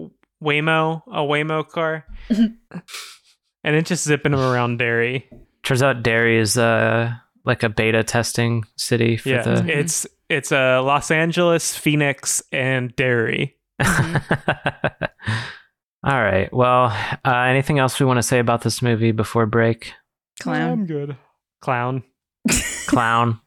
[SPEAKER 4] Waymo, a Waymo car. and it's just zipping him around Derry.
[SPEAKER 5] Turns out Derry is uh like a beta testing city for
[SPEAKER 4] Yeah.
[SPEAKER 5] the
[SPEAKER 4] It's it's uh, Los Angeles, Phoenix, and Derry.
[SPEAKER 6] Mm-hmm.
[SPEAKER 5] All right. Well, uh, anything else we want to say about this movie before break?
[SPEAKER 6] Clown.
[SPEAKER 4] good. Clown.
[SPEAKER 5] Clown,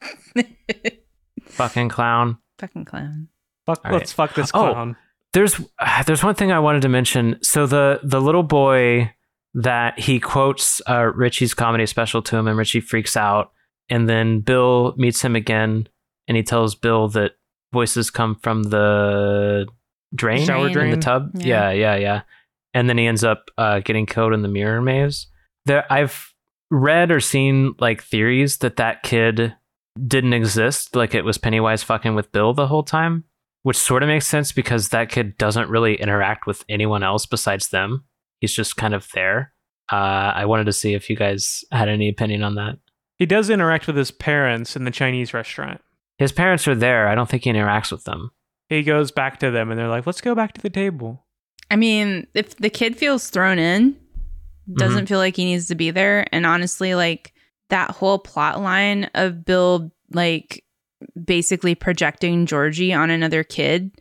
[SPEAKER 5] fucking clown.
[SPEAKER 6] Fucking clown.
[SPEAKER 4] Fuck,
[SPEAKER 5] All right.
[SPEAKER 4] let's fuck this
[SPEAKER 5] Oh,
[SPEAKER 4] clown.
[SPEAKER 5] There's uh, there's one thing I wanted to mention. So the the little boy that he quotes uh, Richie's comedy special to him, and Richie freaks out, and then Bill meets him again, and he tells Bill that voices come from the drain,
[SPEAKER 4] Shower
[SPEAKER 5] in the
[SPEAKER 4] drain?
[SPEAKER 5] tub.
[SPEAKER 6] Yeah.
[SPEAKER 5] Yeah, yeah, yeah. And then he ends up uh, getting killed in the mirror maze. There, I've read or seen like theories that that kid didn't exist. Like it was Pennywise fucking with Bill the whole time, which sort of makes sense because that kid doesn't really interact with anyone else besides them. He's just kind of there. Uh, I wanted to see if you guys had any opinion on that.
[SPEAKER 4] He does interact with his parents in the Chinese restaurant.
[SPEAKER 5] His parents are there. I don't think he interacts with them.
[SPEAKER 4] He goes back to them and they're like, let's go back to the table.
[SPEAKER 6] I mean, if the kid feels thrown in, doesn't feel like he needs to be there, and honestly, like that whole plot line of Bill like basically projecting Georgie on another kid,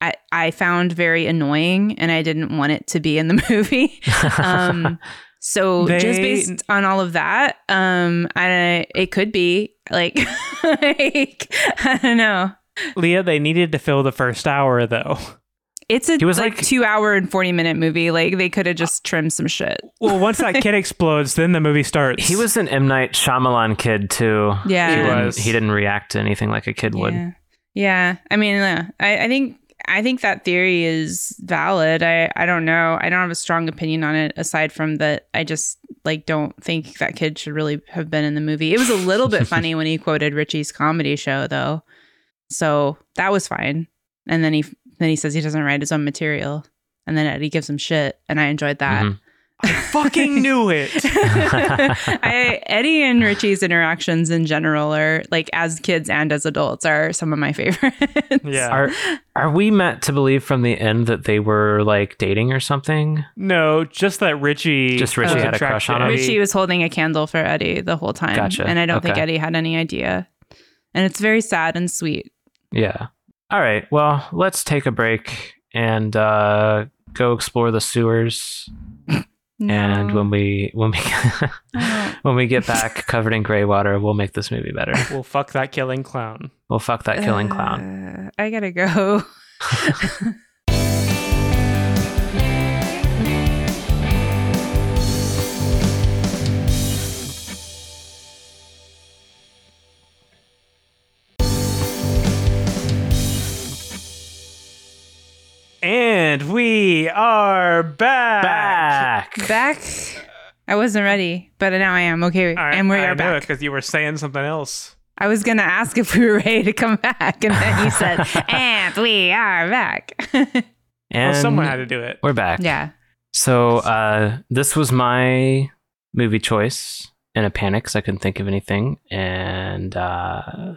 [SPEAKER 6] I, I found very annoying, and I didn't want it to be in the movie. Um, so just
[SPEAKER 4] They-
[SPEAKER 6] based on all of that, um, I it could be like, like I don't know.
[SPEAKER 4] Leah, they needed to fill the first hour though.
[SPEAKER 6] It's a
[SPEAKER 5] He was
[SPEAKER 6] like,
[SPEAKER 5] like-
[SPEAKER 6] two hour and forty minute movie. Like they could have just trimmed some shit.
[SPEAKER 4] Well, once that kid explodes, then the movie starts.
[SPEAKER 5] he was an M Night Shyamalan kid too.
[SPEAKER 6] Yeah.
[SPEAKER 5] He
[SPEAKER 4] He
[SPEAKER 5] didn't,
[SPEAKER 4] was.
[SPEAKER 5] he didn't react to anything like a kid would.
[SPEAKER 6] Yeah. Yeah. I mean, uh, I, I think I think that theory is valid. I, I don't know. I don't have a strong opinion on it aside from that I just like don't think that kid should really have been in the movie. It was a little bit funny when he quoted Richie's comedy show though. So that was fine. And then he then he says he doesn't write his own material. And then Eddie gives him shit. And I enjoyed that.
[SPEAKER 5] Mhm.
[SPEAKER 4] fucking knew it.
[SPEAKER 6] I, Eddie and Richie's interactions in general are like as kids and as adults are some of my favorites.
[SPEAKER 4] Yeah.
[SPEAKER 5] Are are we meant to believe from the end that they were like dating or something?
[SPEAKER 4] No, just that Richie.
[SPEAKER 5] Just Richie
[SPEAKER 4] was
[SPEAKER 5] had a
[SPEAKER 4] attracted
[SPEAKER 5] crush on
[SPEAKER 4] to
[SPEAKER 5] him.
[SPEAKER 4] Eddie.
[SPEAKER 6] Richie was holding a candle for Eddie the whole time.
[SPEAKER 5] Gotcha.
[SPEAKER 6] And I don't think
[SPEAKER 5] Okay.
[SPEAKER 6] Eddie had any idea. And it's very sad and sweet.
[SPEAKER 5] Yeah. All right. Well, let's take a break and uh, go explore the sewers And when we when we
[SPEAKER 6] Oh.
[SPEAKER 5] when we get back covered in gray water, we'll make this movie better.
[SPEAKER 4] Well, fuck that killing clown.
[SPEAKER 5] We'll fuck that killing clown.
[SPEAKER 6] Uh, I gotta go.
[SPEAKER 4] And we are back.
[SPEAKER 5] Back.
[SPEAKER 6] Back. I wasn't ready, but now I am. Okay,
[SPEAKER 4] I,
[SPEAKER 6] and we
[SPEAKER 4] I
[SPEAKER 6] are
[SPEAKER 4] knew
[SPEAKER 6] back.
[SPEAKER 4] because you were saying something else.
[SPEAKER 6] I was gonna ask if we were ready to come back, and then you said, "And we are back."
[SPEAKER 5] And
[SPEAKER 4] Well, someone had to do it.
[SPEAKER 5] we're back.
[SPEAKER 6] yeah.
[SPEAKER 5] So uh, this was my movie choice in a panic because I couldn't think of anything, and uh,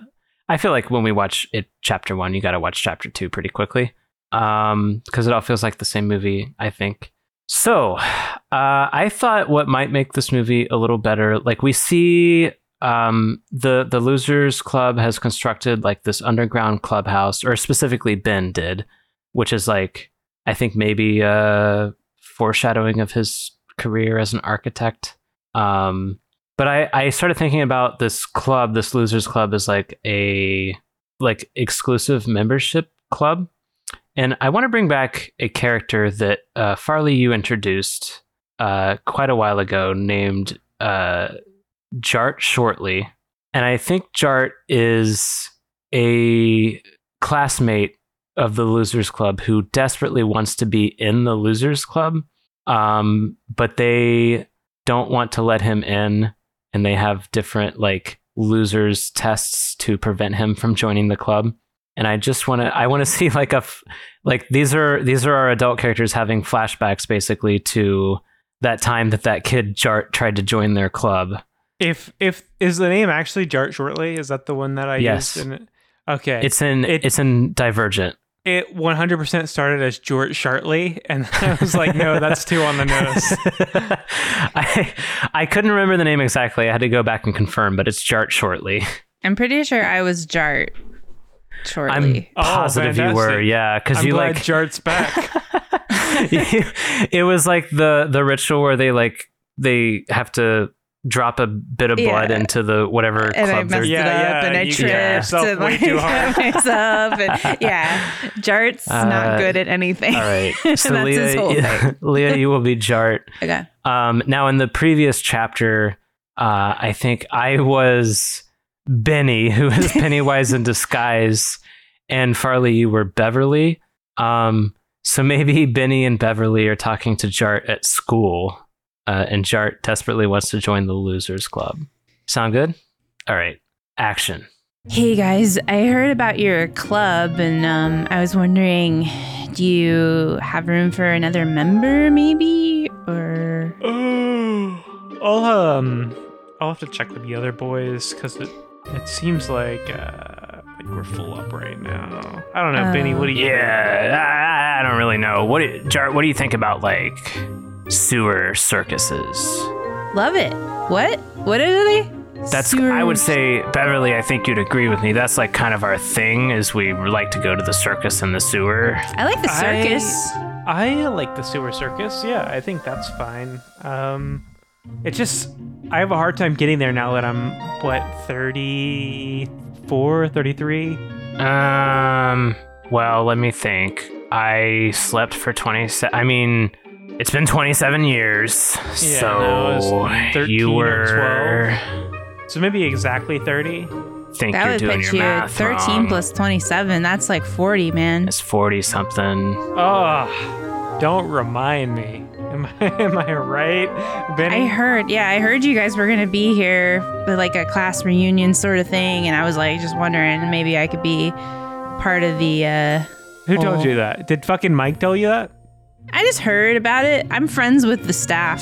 [SPEAKER 5] I feel like when we watch it, chapter one, you got to watch chapter two pretty quickly because it all feels like the same movie. I think. So uh, I thought what might make this movie a little better, like we see. Um, the the losers club has constructed like this underground clubhouse, or specifically Ben did, which is like I think maybe uh foreshadowing of his career as an architect. Um, but I, I started thinking about this club, this losers club, as like a like exclusive membership club, and I want to bring back a character that uh, Farley you introduced uh, quite a while ago, named uh, Jart Shortly, and I think Jart is a classmate of the losers club who desperately wants to be in the losers club um, but they don't want to let him in and they have different like losers tests to prevent him from joining the club and i just want to i want to see like a f- like these are these are our adult characters having flashbacks basically to that time that that kid jart tried to join their club
[SPEAKER 4] If if is the name actually Jart Shortly? Is that the one that I
[SPEAKER 5] Yes.
[SPEAKER 4] used? In it? Okay,
[SPEAKER 5] it's in
[SPEAKER 4] It-
[SPEAKER 5] it's in divergent
[SPEAKER 4] it 100% started as Jort Shortly, and I was like, no, that's too on the nose.
[SPEAKER 5] I I couldn't remember the name exactly. I had to go back and confirm, but it's Jart shortly.
[SPEAKER 6] I'm pretty sure I was Jart shortly.
[SPEAKER 5] I'm
[SPEAKER 4] Oh,
[SPEAKER 5] positive you were,
[SPEAKER 4] fantastic.
[SPEAKER 5] yeah, because
[SPEAKER 4] I'm
[SPEAKER 5] you
[SPEAKER 4] glad
[SPEAKER 5] like
[SPEAKER 4] Jart's back.
[SPEAKER 5] it was like the the ritual where they like they have to drop a bit of blood
[SPEAKER 6] Yeah.
[SPEAKER 5] into the whatever
[SPEAKER 6] and I
[SPEAKER 5] club
[SPEAKER 6] messed
[SPEAKER 5] they're.
[SPEAKER 4] Yeah,
[SPEAKER 6] it up
[SPEAKER 4] yeah,
[SPEAKER 6] and I
[SPEAKER 4] you
[SPEAKER 5] got
[SPEAKER 6] tripped
[SPEAKER 4] yourself
[SPEAKER 6] and
[SPEAKER 4] way
[SPEAKER 6] like
[SPEAKER 4] too hard.
[SPEAKER 6] got myself and yeah. Jart's
[SPEAKER 5] Uh,
[SPEAKER 6] not good at anything.
[SPEAKER 5] All right, so
[SPEAKER 6] That's his whole
[SPEAKER 5] Leah,
[SPEAKER 6] thing.
[SPEAKER 5] Leah, you will be Jart.
[SPEAKER 6] Okay.
[SPEAKER 5] Um, now, in the previous chapter, uh, I think I was Benny, who is Pennywise in disguise, and Farley, you were Beverly. Um, so maybe Benny and Beverly are talking to Jart at school, uh, and Jart desperately wants to join the Losers Club. Sound good? All right, action.
[SPEAKER 6] Hey guys, I heard about your club and um, I was wondering do you have room for another member maybe? Or
[SPEAKER 4] oh, I'll, um, I'll have to check with the other boys because it, it seems like, uh, like we're full up right now. I don't know, Benny, what do you
[SPEAKER 5] Oh, Yeah, I, I don't really know. What do- Jart? What do you think about like sewer circuses?
[SPEAKER 6] love it. What? What are they?
[SPEAKER 5] That's
[SPEAKER 6] Sewer-
[SPEAKER 5] I would say Beverly. I think you'd agree with me. That's like kind of our thing. Is we like to go to the circus and the sewer.
[SPEAKER 6] I like the
[SPEAKER 4] I-
[SPEAKER 6] circus.
[SPEAKER 4] I like the sewer circus. Yeah, I think that's fine. Um, it just I have a hard time getting there now that I'm what 34, 33.
[SPEAKER 5] Um. Well, let me think. I slept for twenty. Se- I mean, it's been twenty-seven years.
[SPEAKER 4] Yeah, no, it's
[SPEAKER 5] so
[SPEAKER 4] 13
[SPEAKER 5] you
[SPEAKER 4] or
[SPEAKER 5] were.
[SPEAKER 4] So maybe exactly 30.
[SPEAKER 5] Think
[SPEAKER 6] That
[SPEAKER 5] you're
[SPEAKER 6] would
[SPEAKER 5] doing
[SPEAKER 6] put
[SPEAKER 5] your
[SPEAKER 6] you at
[SPEAKER 5] math
[SPEAKER 6] 13
[SPEAKER 5] wrong.
[SPEAKER 6] plus 27. That's like 40, man.
[SPEAKER 5] It's forty something.
[SPEAKER 4] Oh, don't remind me. Am I, am I right, Benny?
[SPEAKER 6] I heard, yeah, I heard you guys were gonna be here with like a class reunion sort of thing, and I was like just wondering maybe I could be part of the. uh
[SPEAKER 4] Who told
[SPEAKER 6] Oh.
[SPEAKER 4] you that? Did fucking Mike tell you that?
[SPEAKER 6] I just heard about it. I'm friends with the staff.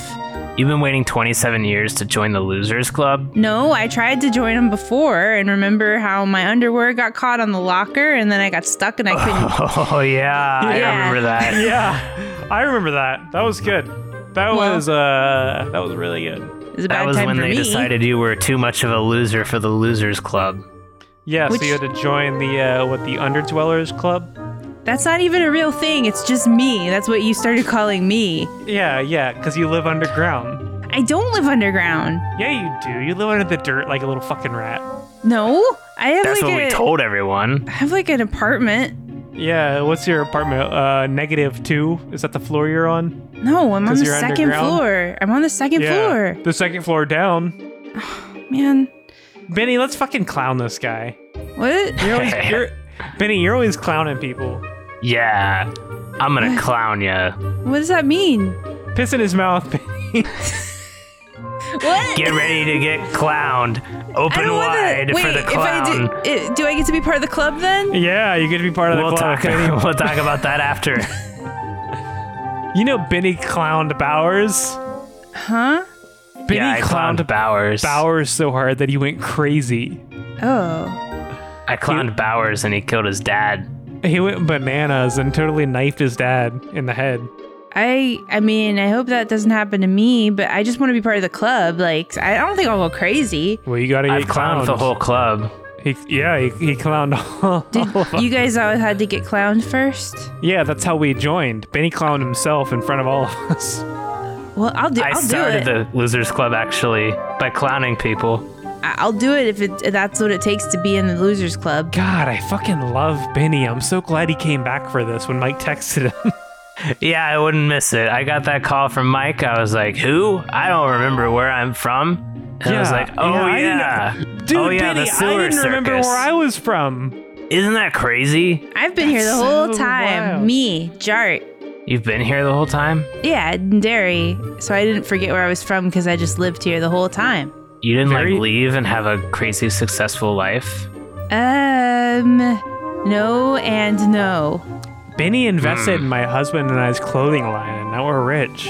[SPEAKER 5] You've been waiting twenty-seven years to join the losers club.
[SPEAKER 6] No, I tried to join them before, and remember how my underwear got caught on the locker, and then I got stuck and I couldn't.
[SPEAKER 5] Oh yeah, I
[SPEAKER 6] Yeah.
[SPEAKER 5] remember that.
[SPEAKER 4] Yeah, I remember that. That was good. That
[SPEAKER 6] Well-
[SPEAKER 4] was uh, that was really good.
[SPEAKER 6] It was a
[SPEAKER 5] That
[SPEAKER 6] bad
[SPEAKER 5] was
[SPEAKER 6] time
[SPEAKER 5] when
[SPEAKER 6] for
[SPEAKER 5] they
[SPEAKER 6] me.
[SPEAKER 5] decided you were too much of a loser for the Losers Club.
[SPEAKER 4] Yeah,
[SPEAKER 6] Which-
[SPEAKER 4] so you had to join the uh, what the Underdwellers Club.
[SPEAKER 6] That's not even a real thing. It's just me. That's what you started calling me.
[SPEAKER 4] Yeah, yeah, because you live underground.
[SPEAKER 6] I don't live underground.
[SPEAKER 4] Yeah, you do. You live under the dirt like a little fucking rat.
[SPEAKER 6] No, I have
[SPEAKER 5] That's
[SPEAKER 6] like
[SPEAKER 5] what
[SPEAKER 6] a,
[SPEAKER 5] we told everyone.
[SPEAKER 6] I have like an apartment.
[SPEAKER 4] Yeah, what's your apartment? Uh, negative two? Is that the floor you're on?
[SPEAKER 6] No, I'm on
[SPEAKER 4] 'Cause
[SPEAKER 6] the
[SPEAKER 4] you're
[SPEAKER 6] second
[SPEAKER 4] underground?
[SPEAKER 6] floor. I'm on the second
[SPEAKER 4] yeah.
[SPEAKER 6] floor.
[SPEAKER 4] The second floor down.
[SPEAKER 6] Man,
[SPEAKER 4] Benny, let's fucking clown this guy.
[SPEAKER 6] what?
[SPEAKER 4] You're always, you're, Benny, you're always clowning people.
[SPEAKER 5] Yeah, I'm gonna clown ya.
[SPEAKER 6] What does that mean?
[SPEAKER 4] Piss in his mouth, Benny.
[SPEAKER 6] What?
[SPEAKER 5] Get ready to get clowned.
[SPEAKER 6] I
[SPEAKER 5] Open
[SPEAKER 6] don't want
[SPEAKER 5] wide
[SPEAKER 6] to. Wait,
[SPEAKER 5] for the
[SPEAKER 6] if I
[SPEAKER 5] clown.
[SPEAKER 6] do, eh, do I get to be part of the club then?
[SPEAKER 4] Yeah, you're gonna be part of the
[SPEAKER 5] we'll
[SPEAKER 4] club.
[SPEAKER 5] talk.
[SPEAKER 4] Benny.
[SPEAKER 5] we'll talk about that after.
[SPEAKER 4] You know Benny clowned Bowers.
[SPEAKER 6] Huh?
[SPEAKER 4] Benny
[SPEAKER 5] yeah, I clowned Bowers.
[SPEAKER 4] Bowers so hard that he went crazy.
[SPEAKER 6] Oh.
[SPEAKER 5] I clowned Bowers, and he killed his dad.
[SPEAKER 4] He went bananas and totally knifed his dad in the head.
[SPEAKER 6] I I mean, I hope that doesn't happen to me, but I just want to be part of the club. Like, I don't think I'll go crazy.
[SPEAKER 4] Well, you gotta get
[SPEAKER 5] I've clowned the whole club.
[SPEAKER 4] He, yeah, he, he clowned all.
[SPEAKER 6] Did you guys all had to get clowned first?
[SPEAKER 4] yeah, that's how we joined. Benny clowned himself in front of all of us.
[SPEAKER 6] Well, I'll do.
[SPEAKER 5] I
[SPEAKER 6] will do
[SPEAKER 5] started
[SPEAKER 6] it.
[SPEAKER 5] the Losers Club actually by clowning people.
[SPEAKER 6] I- I'll do it if, it if that's what it takes to be in the losers club.
[SPEAKER 4] God, I fucking love Benny. I'm so glad he came back for this when Mike texted him.
[SPEAKER 5] Yeah, I wouldn't miss it. I got that call from Mike. I was like, "Who? I don't remember where I'm from." And I was
[SPEAKER 4] Yeah,
[SPEAKER 5] like, "Oh
[SPEAKER 4] yeah, I
[SPEAKER 5] yeah,
[SPEAKER 4] didn't- Dude,
[SPEAKER 5] oh yeah,
[SPEAKER 4] Benny,
[SPEAKER 5] the sewer
[SPEAKER 4] I didn't remember
[SPEAKER 5] circus.
[SPEAKER 4] where I was from.
[SPEAKER 5] Isn't that crazy?
[SPEAKER 6] I've been here the
[SPEAKER 4] That's
[SPEAKER 6] whole
[SPEAKER 4] so
[SPEAKER 6] time.
[SPEAKER 4] wild.
[SPEAKER 6] Me, Jart,
[SPEAKER 5] You've been here the whole time.
[SPEAKER 6] yeah, and Derry. So I didn't forget where I was from because I just lived here the whole time.
[SPEAKER 5] You didn't
[SPEAKER 4] Very-
[SPEAKER 5] like leave and have a crazy successful life.
[SPEAKER 6] Um, no and no.
[SPEAKER 4] Benny invested
[SPEAKER 5] Hmm.
[SPEAKER 4] in my husband and I's clothing line, and now we're rich.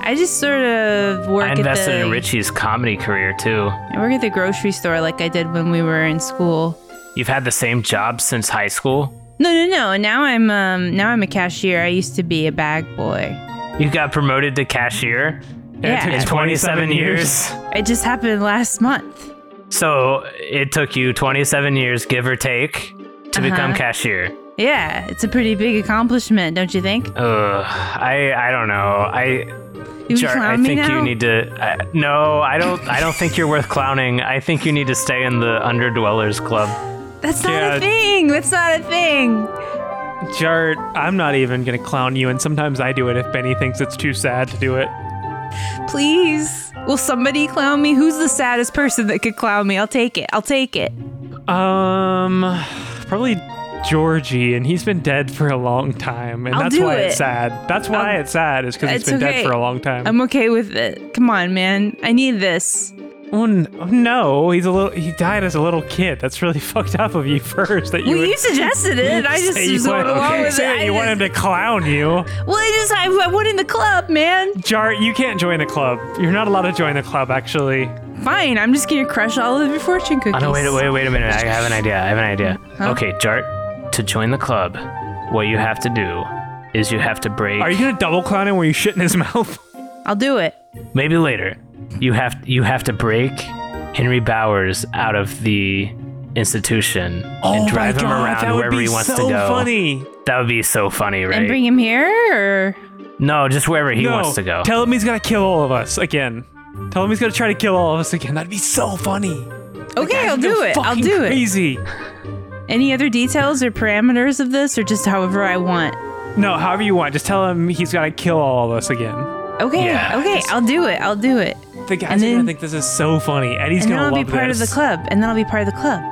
[SPEAKER 6] I just sort of work
[SPEAKER 5] I
[SPEAKER 6] at
[SPEAKER 5] invested
[SPEAKER 6] the
[SPEAKER 5] in Richie's comedy career too.
[SPEAKER 6] I work at the grocery store like I did when we were in school.
[SPEAKER 5] You've had the same job since high school.
[SPEAKER 6] No, no, no. Now I'm um now I'm a cashier. I used to be a bag boy.
[SPEAKER 5] You got promoted to cashier
[SPEAKER 6] Yeah.
[SPEAKER 4] took
[SPEAKER 6] In
[SPEAKER 5] in 27 years.
[SPEAKER 6] It just happened last month.
[SPEAKER 5] So it took you 27 years, give or take, to
[SPEAKER 6] Uh-huh.
[SPEAKER 5] become cashier.
[SPEAKER 6] Yeah, it's a pretty big accomplishment, don't you think?
[SPEAKER 5] Ugh, I I don't know. I
[SPEAKER 6] You
[SPEAKER 5] Jar, I
[SPEAKER 6] clown me
[SPEAKER 5] think
[SPEAKER 6] now?
[SPEAKER 5] you need to. I, no, I don't. I don't think you're worth clowning. I think you need to stay in the Underdwellers Club.
[SPEAKER 6] That's not
[SPEAKER 4] Yeah.
[SPEAKER 6] a thing. That's not a thing.
[SPEAKER 4] Jart, I'm not even gonna clown you, and sometimes I do it if Benny thinks it's too sad to do it.
[SPEAKER 6] Please. Will somebody clown me? Who's the saddest person that could clown me? I'll take it. I'll take it.
[SPEAKER 4] Um, probably Georgie, and he's been dead for a long time, and
[SPEAKER 6] I'll
[SPEAKER 4] that's
[SPEAKER 6] do
[SPEAKER 4] why
[SPEAKER 6] it.
[SPEAKER 4] it's sad. That's why
[SPEAKER 6] I'll-
[SPEAKER 4] it's sad is because he's
[SPEAKER 6] It's
[SPEAKER 4] been
[SPEAKER 6] okay.
[SPEAKER 4] dead for a long time.
[SPEAKER 6] I'm okay with it. Come on, man. I need this.
[SPEAKER 4] oh, n- oh, no, he's a little. He died as a little kid. That's really fucked up of you first. That you.
[SPEAKER 6] well,
[SPEAKER 4] would
[SPEAKER 6] you suggested it, and I just
[SPEAKER 4] say you
[SPEAKER 6] was going
[SPEAKER 4] want-
[SPEAKER 6] along with
[SPEAKER 4] say
[SPEAKER 6] it.
[SPEAKER 4] that
[SPEAKER 6] I
[SPEAKER 4] you want him
[SPEAKER 6] just-
[SPEAKER 4] to clown you.
[SPEAKER 6] Well, I just I, I went in the club, man.
[SPEAKER 4] Jart, you can't join a club. You're not allowed to join the club, actually.
[SPEAKER 6] Fine, I'm just gonna crush all of your fortune cookies.
[SPEAKER 5] Oh no! Wait, wait, wait a minute. I have an idea. I have an idea. Okay, Jart, to join the club, what you have to do is you have to break.
[SPEAKER 4] Are you gonna double clown him where you shit in his mouth?
[SPEAKER 6] I'll do it.
[SPEAKER 5] maybe later. You have you have to break Henry Bowers out of the institution
[SPEAKER 4] Oh
[SPEAKER 6] Oh
[SPEAKER 5] and drive him around wherever he wants to go.
[SPEAKER 4] funny.
[SPEAKER 5] That would be so funny, right?
[SPEAKER 6] And bring him here, or
[SPEAKER 5] no, just wherever he wants to go.
[SPEAKER 4] Tell him he's gonna kill all of us again. Tell him he's gonna try to kill all of us again. That'd be so funny.
[SPEAKER 6] okay, I'll do it. I'll do it.
[SPEAKER 4] crazy.
[SPEAKER 6] Any other details or parameters of this, or just however I want?
[SPEAKER 4] No, however you want. Just tell him he's gonna kill all of us again.
[SPEAKER 6] Okay,
[SPEAKER 5] Yeah,
[SPEAKER 6] okay,
[SPEAKER 5] just-
[SPEAKER 6] I'll do it. I'll do it.
[SPEAKER 4] The guys
[SPEAKER 6] And
[SPEAKER 4] are
[SPEAKER 6] then-
[SPEAKER 4] gonna think this is so funny. Eddie's
[SPEAKER 6] and then
[SPEAKER 4] gonna
[SPEAKER 6] I'll be
[SPEAKER 4] love
[SPEAKER 6] part
[SPEAKER 4] this.
[SPEAKER 6] of the club. And then I'll be part of the club.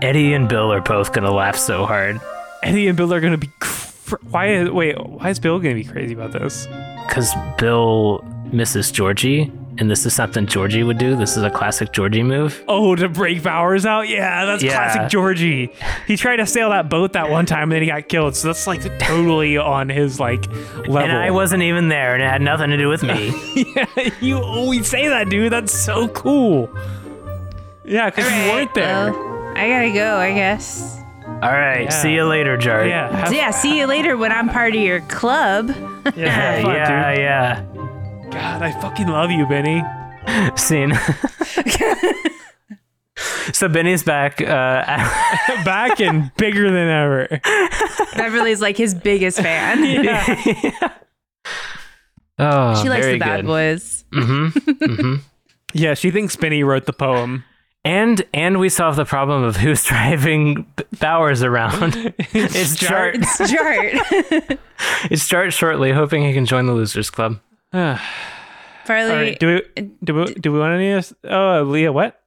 [SPEAKER 5] Eddie and Bill are both gonna laugh so hard
[SPEAKER 4] Eddie and Bill are gonna be. Cr- why? Is, wait, why is Bill gonna be crazy about this?
[SPEAKER 5] because Bill misses Georgie, and this is something Georgie would do. This is a classic Georgie move.
[SPEAKER 4] Oh, to break Bowers out? Yeah, that's
[SPEAKER 5] Yeah.
[SPEAKER 4] classic Georgie. He tried to sail that boat that one time and then he got killed. So that's like totally on his like level.
[SPEAKER 5] And I wasn't even there, and it had nothing to do with me.
[SPEAKER 4] yeah, you always say that, dude. That's so cool. Yeah, because you weren't there.
[SPEAKER 6] Well, I gotta go, I guess.
[SPEAKER 5] All right,
[SPEAKER 4] Yeah.
[SPEAKER 5] see you later, Jart.
[SPEAKER 4] yeah, have,
[SPEAKER 6] So yeah, see you later when I'm part of your club.
[SPEAKER 4] yeah, have
[SPEAKER 5] yeah,
[SPEAKER 4] fun,
[SPEAKER 5] yeah.
[SPEAKER 4] dude.
[SPEAKER 5] yeah.
[SPEAKER 4] God, I fucking love you, Benny.
[SPEAKER 5] scene. so Benny's back. Uh,
[SPEAKER 4] back and bigger than ever.
[SPEAKER 6] Beverly's like his biggest fan.
[SPEAKER 5] oh,
[SPEAKER 6] she likes
[SPEAKER 5] very
[SPEAKER 6] the bad
[SPEAKER 5] good.
[SPEAKER 6] boys.
[SPEAKER 5] Mm-hmm. hmm
[SPEAKER 4] Yeah, she thinks Benny wrote the poem.
[SPEAKER 5] And and we solve the problem of who's driving B- Bowers around. it's Chart.
[SPEAKER 6] It's Jart.
[SPEAKER 5] It's Chart shortly, hoping he can join the Losers Club.
[SPEAKER 6] Farley.
[SPEAKER 4] All right, do we do we, do we want any of this? Oh, Leah, what?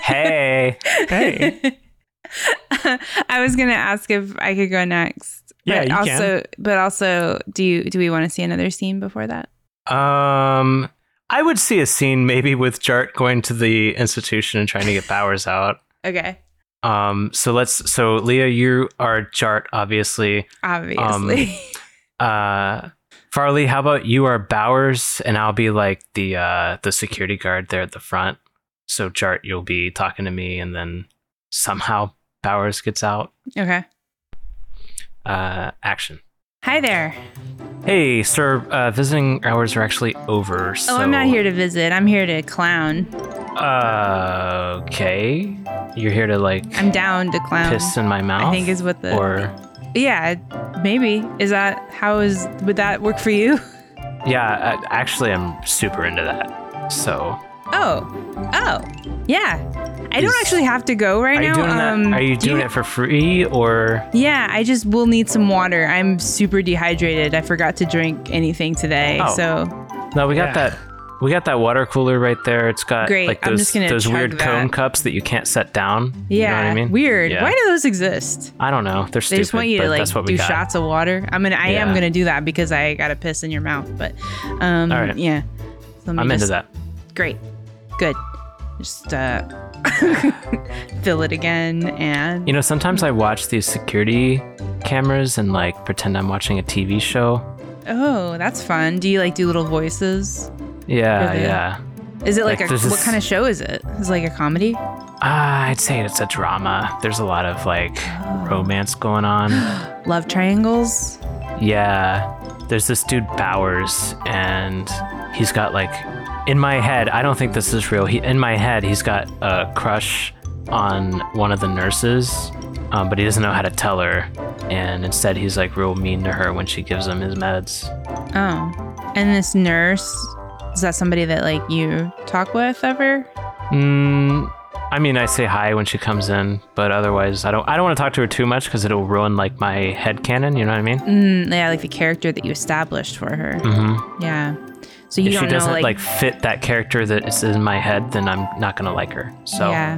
[SPEAKER 5] Hey,
[SPEAKER 4] Hey,
[SPEAKER 6] I was gonna ask if I could go next.
[SPEAKER 4] Yeah,
[SPEAKER 6] but
[SPEAKER 4] you can.
[SPEAKER 6] also, But also, do you do we want to see another scene before that?
[SPEAKER 5] um, I would see a scene maybe with Chart going to the institution and trying to get Bowers out.
[SPEAKER 6] Okay,
[SPEAKER 5] Um, so let's. So Leah, you are Chart, obviously.
[SPEAKER 6] obviously.
[SPEAKER 4] Um,
[SPEAKER 5] Uh, Farley, how about you are Bowers and I'll be like the uh the security guard there at the front. So Chart, you'll be talking to me, and then somehow Bowers gets out.
[SPEAKER 6] okay.
[SPEAKER 5] Uh, action.
[SPEAKER 6] Hi there.
[SPEAKER 5] Hey, sir. Uh, visiting hours are actually over.
[SPEAKER 6] Oh, I'm not here to visit. I'm here to clown.
[SPEAKER 5] Uh, okay. You're here to like
[SPEAKER 6] I'm down to clown.
[SPEAKER 5] piss in my mouth.
[SPEAKER 6] think is what the-
[SPEAKER 5] or
[SPEAKER 6] Yeah, maybe. Is that how is would that work for you?
[SPEAKER 5] yeah. I, actually, I'm super into that. So
[SPEAKER 6] Oh, oh, yeah. I don't
[SPEAKER 5] Is-
[SPEAKER 6] actually have to go right
[SPEAKER 5] are you
[SPEAKER 6] now.
[SPEAKER 5] doing
[SPEAKER 6] um,
[SPEAKER 5] that? Are you
[SPEAKER 6] do
[SPEAKER 5] doing it for free or?
[SPEAKER 6] Yeah, I just will need some water. I'm super dehydrated. I forgot to drink anything today.
[SPEAKER 5] Oh.
[SPEAKER 6] So
[SPEAKER 5] No, we got
[SPEAKER 4] Yeah.
[SPEAKER 5] that. We got that water cooler right there. It's got
[SPEAKER 6] Great,
[SPEAKER 5] like
[SPEAKER 6] I'm
[SPEAKER 5] those
[SPEAKER 6] just gonna
[SPEAKER 5] those
[SPEAKER 6] chug
[SPEAKER 5] weird
[SPEAKER 6] that.
[SPEAKER 5] cone cups that you can't set down.
[SPEAKER 6] yeah,
[SPEAKER 5] you know what I mean?
[SPEAKER 6] weird.
[SPEAKER 5] Yeah.
[SPEAKER 6] Why do those exist?
[SPEAKER 5] I don't know. They're stupid.
[SPEAKER 6] They just want you to
[SPEAKER 5] but
[SPEAKER 6] like
[SPEAKER 5] that's what
[SPEAKER 6] do
[SPEAKER 5] we got.
[SPEAKER 6] shots of water. I mean, I am
[SPEAKER 5] Yeah.
[SPEAKER 6] gonna do that because I got to piss in your mouth. But um,
[SPEAKER 5] All right.
[SPEAKER 6] yeah, Let me
[SPEAKER 5] I'm into
[SPEAKER 6] just-
[SPEAKER 5] that.
[SPEAKER 6] Great, good. Just uh, fill it again and
[SPEAKER 5] You know, sometimes I watch these security cameras and like pretend I'm watching a TV show.
[SPEAKER 6] oh, that's fun. Do you like do little voices?
[SPEAKER 5] Yeah,
[SPEAKER 6] Really?
[SPEAKER 5] yeah.
[SPEAKER 6] Is it like,
[SPEAKER 5] Like,
[SPEAKER 6] a,
[SPEAKER 5] this
[SPEAKER 6] what
[SPEAKER 5] is-
[SPEAKER 6] kind of show is it? Is it like a comedy?
[SPEAKER 5] Ah, I'd say it's a drama. There's a lot of like romance going on.
[SPEAKER 6] Love triangles.
[SPEAKER 5] Yeah. There's this dude Bowers and he's got like in my head, I don't think this is real. He in my head, he's got a crush on one of the nurses, um, but he doesn't know how to tell her. And instead, he's like real mean to her when she gives him his meds.
[SPEAKER 6] Oh. And this nurse, is that somebody that like you talk with ever?
[SPEAKER 5] Mm, I mean, I say hi when she comes in, but otherwise, I don't. I don't want to talk to her too much because it'll ruin like my head canon. You know what I mean?
[SPEAKER 6] Mm, yeah, like the character that you established for her.
[SPEAKER 5] Mm-hmm.
[SPEAKER 6] Yeah. So you
[SPEAKER 5] If she
[SPEAKER 6] don't know
[SPEAKER 5] doesn't
[SPEAKER 6] like,
[SPEAKER 5] like, fit that character that is in my head, then I'm not gonna like her. So.
[SPEAKER 6] yeah.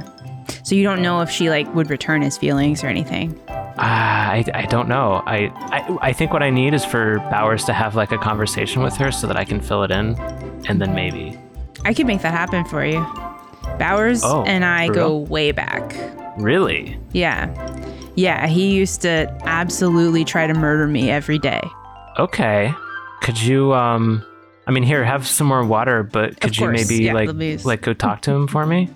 [SPEAKER 6] So you don't know if she like would return his feelings or anything.
[SPEAKER 5] Ah, I, I don't know. I, I I think what I need is for Bowers to have like a conversation with her so that I can fill it in, and then maybe.
[SPEAKER 6] I could make that happen for you. Bowers
[SPEAKER 5] Oh,
[SPEAKER 6] and I
[SPEAKER 5] for
[SPEAKER 6] go
[SPEAKER 5] real?
[SPEAKER 6] way back.
[SPEAKER 5] Really?
[SPEAKER 6] Yeah. Yeah, he used to absolutely try to murder me every day.
[SPEAKER 5] Okay. Could you um? I mean, here have some more water, but could you
[SPEAKER 6] course,
[SPEAKER 5] maybe
[SPEAKER 6] yeah,
[SPEAKER 5] like
[SPEAKER 6] please.
[SPEAKER 5] like go talk to him for me?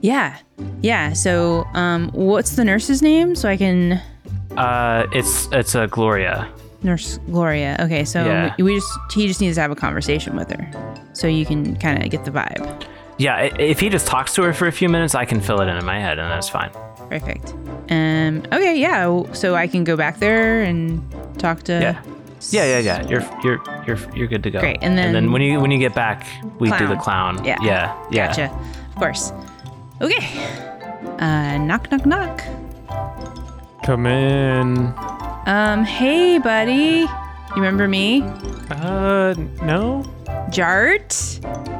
[SPEAKER 6] Yeah. Yeah. So, um, what's the nurse's name so I can
[SPEAKER 5] Uh, it's it's a Gloria.
[SPEAKER 6] Nurse Gloria. Okay, so
[SPEAKER 5] Yeah.
[SPEAKER 6] we, we just he just needs to have a conversation with her, so you can kind of get the vibe.
[SPEAKER 5] Yeah, i- if he just talks to her for a few minutes, I can fill it in in my head, and that's fine.
[SPEAKER 6] Perfect. Um. Okay. Yeah. w- So I can go back there and talk to.
[SPEAKER 5] Yeah. Yeah, yeah, yeah. You're you're you're you're good to go.
[SPEAKER 6] Great, and
[SPEAKER 5] and
[SPEAKER 6] then-
[SPEAKER 5] then when you when you get back, we do the clown.
[SPEAKER 6] Yeah.
[SPEAKER 5] Yeah. Yeah.
[SPEAKER 6] Gotcha. Of course. Okay. Uh. Knock. Knock. Knock.
[SPEAKER 4] come in.
[SPEAKER 6] Um. Hey, buddy. You remember me?
[SPEAKER 4] Uh, no.
[SPEAKER 6] Jart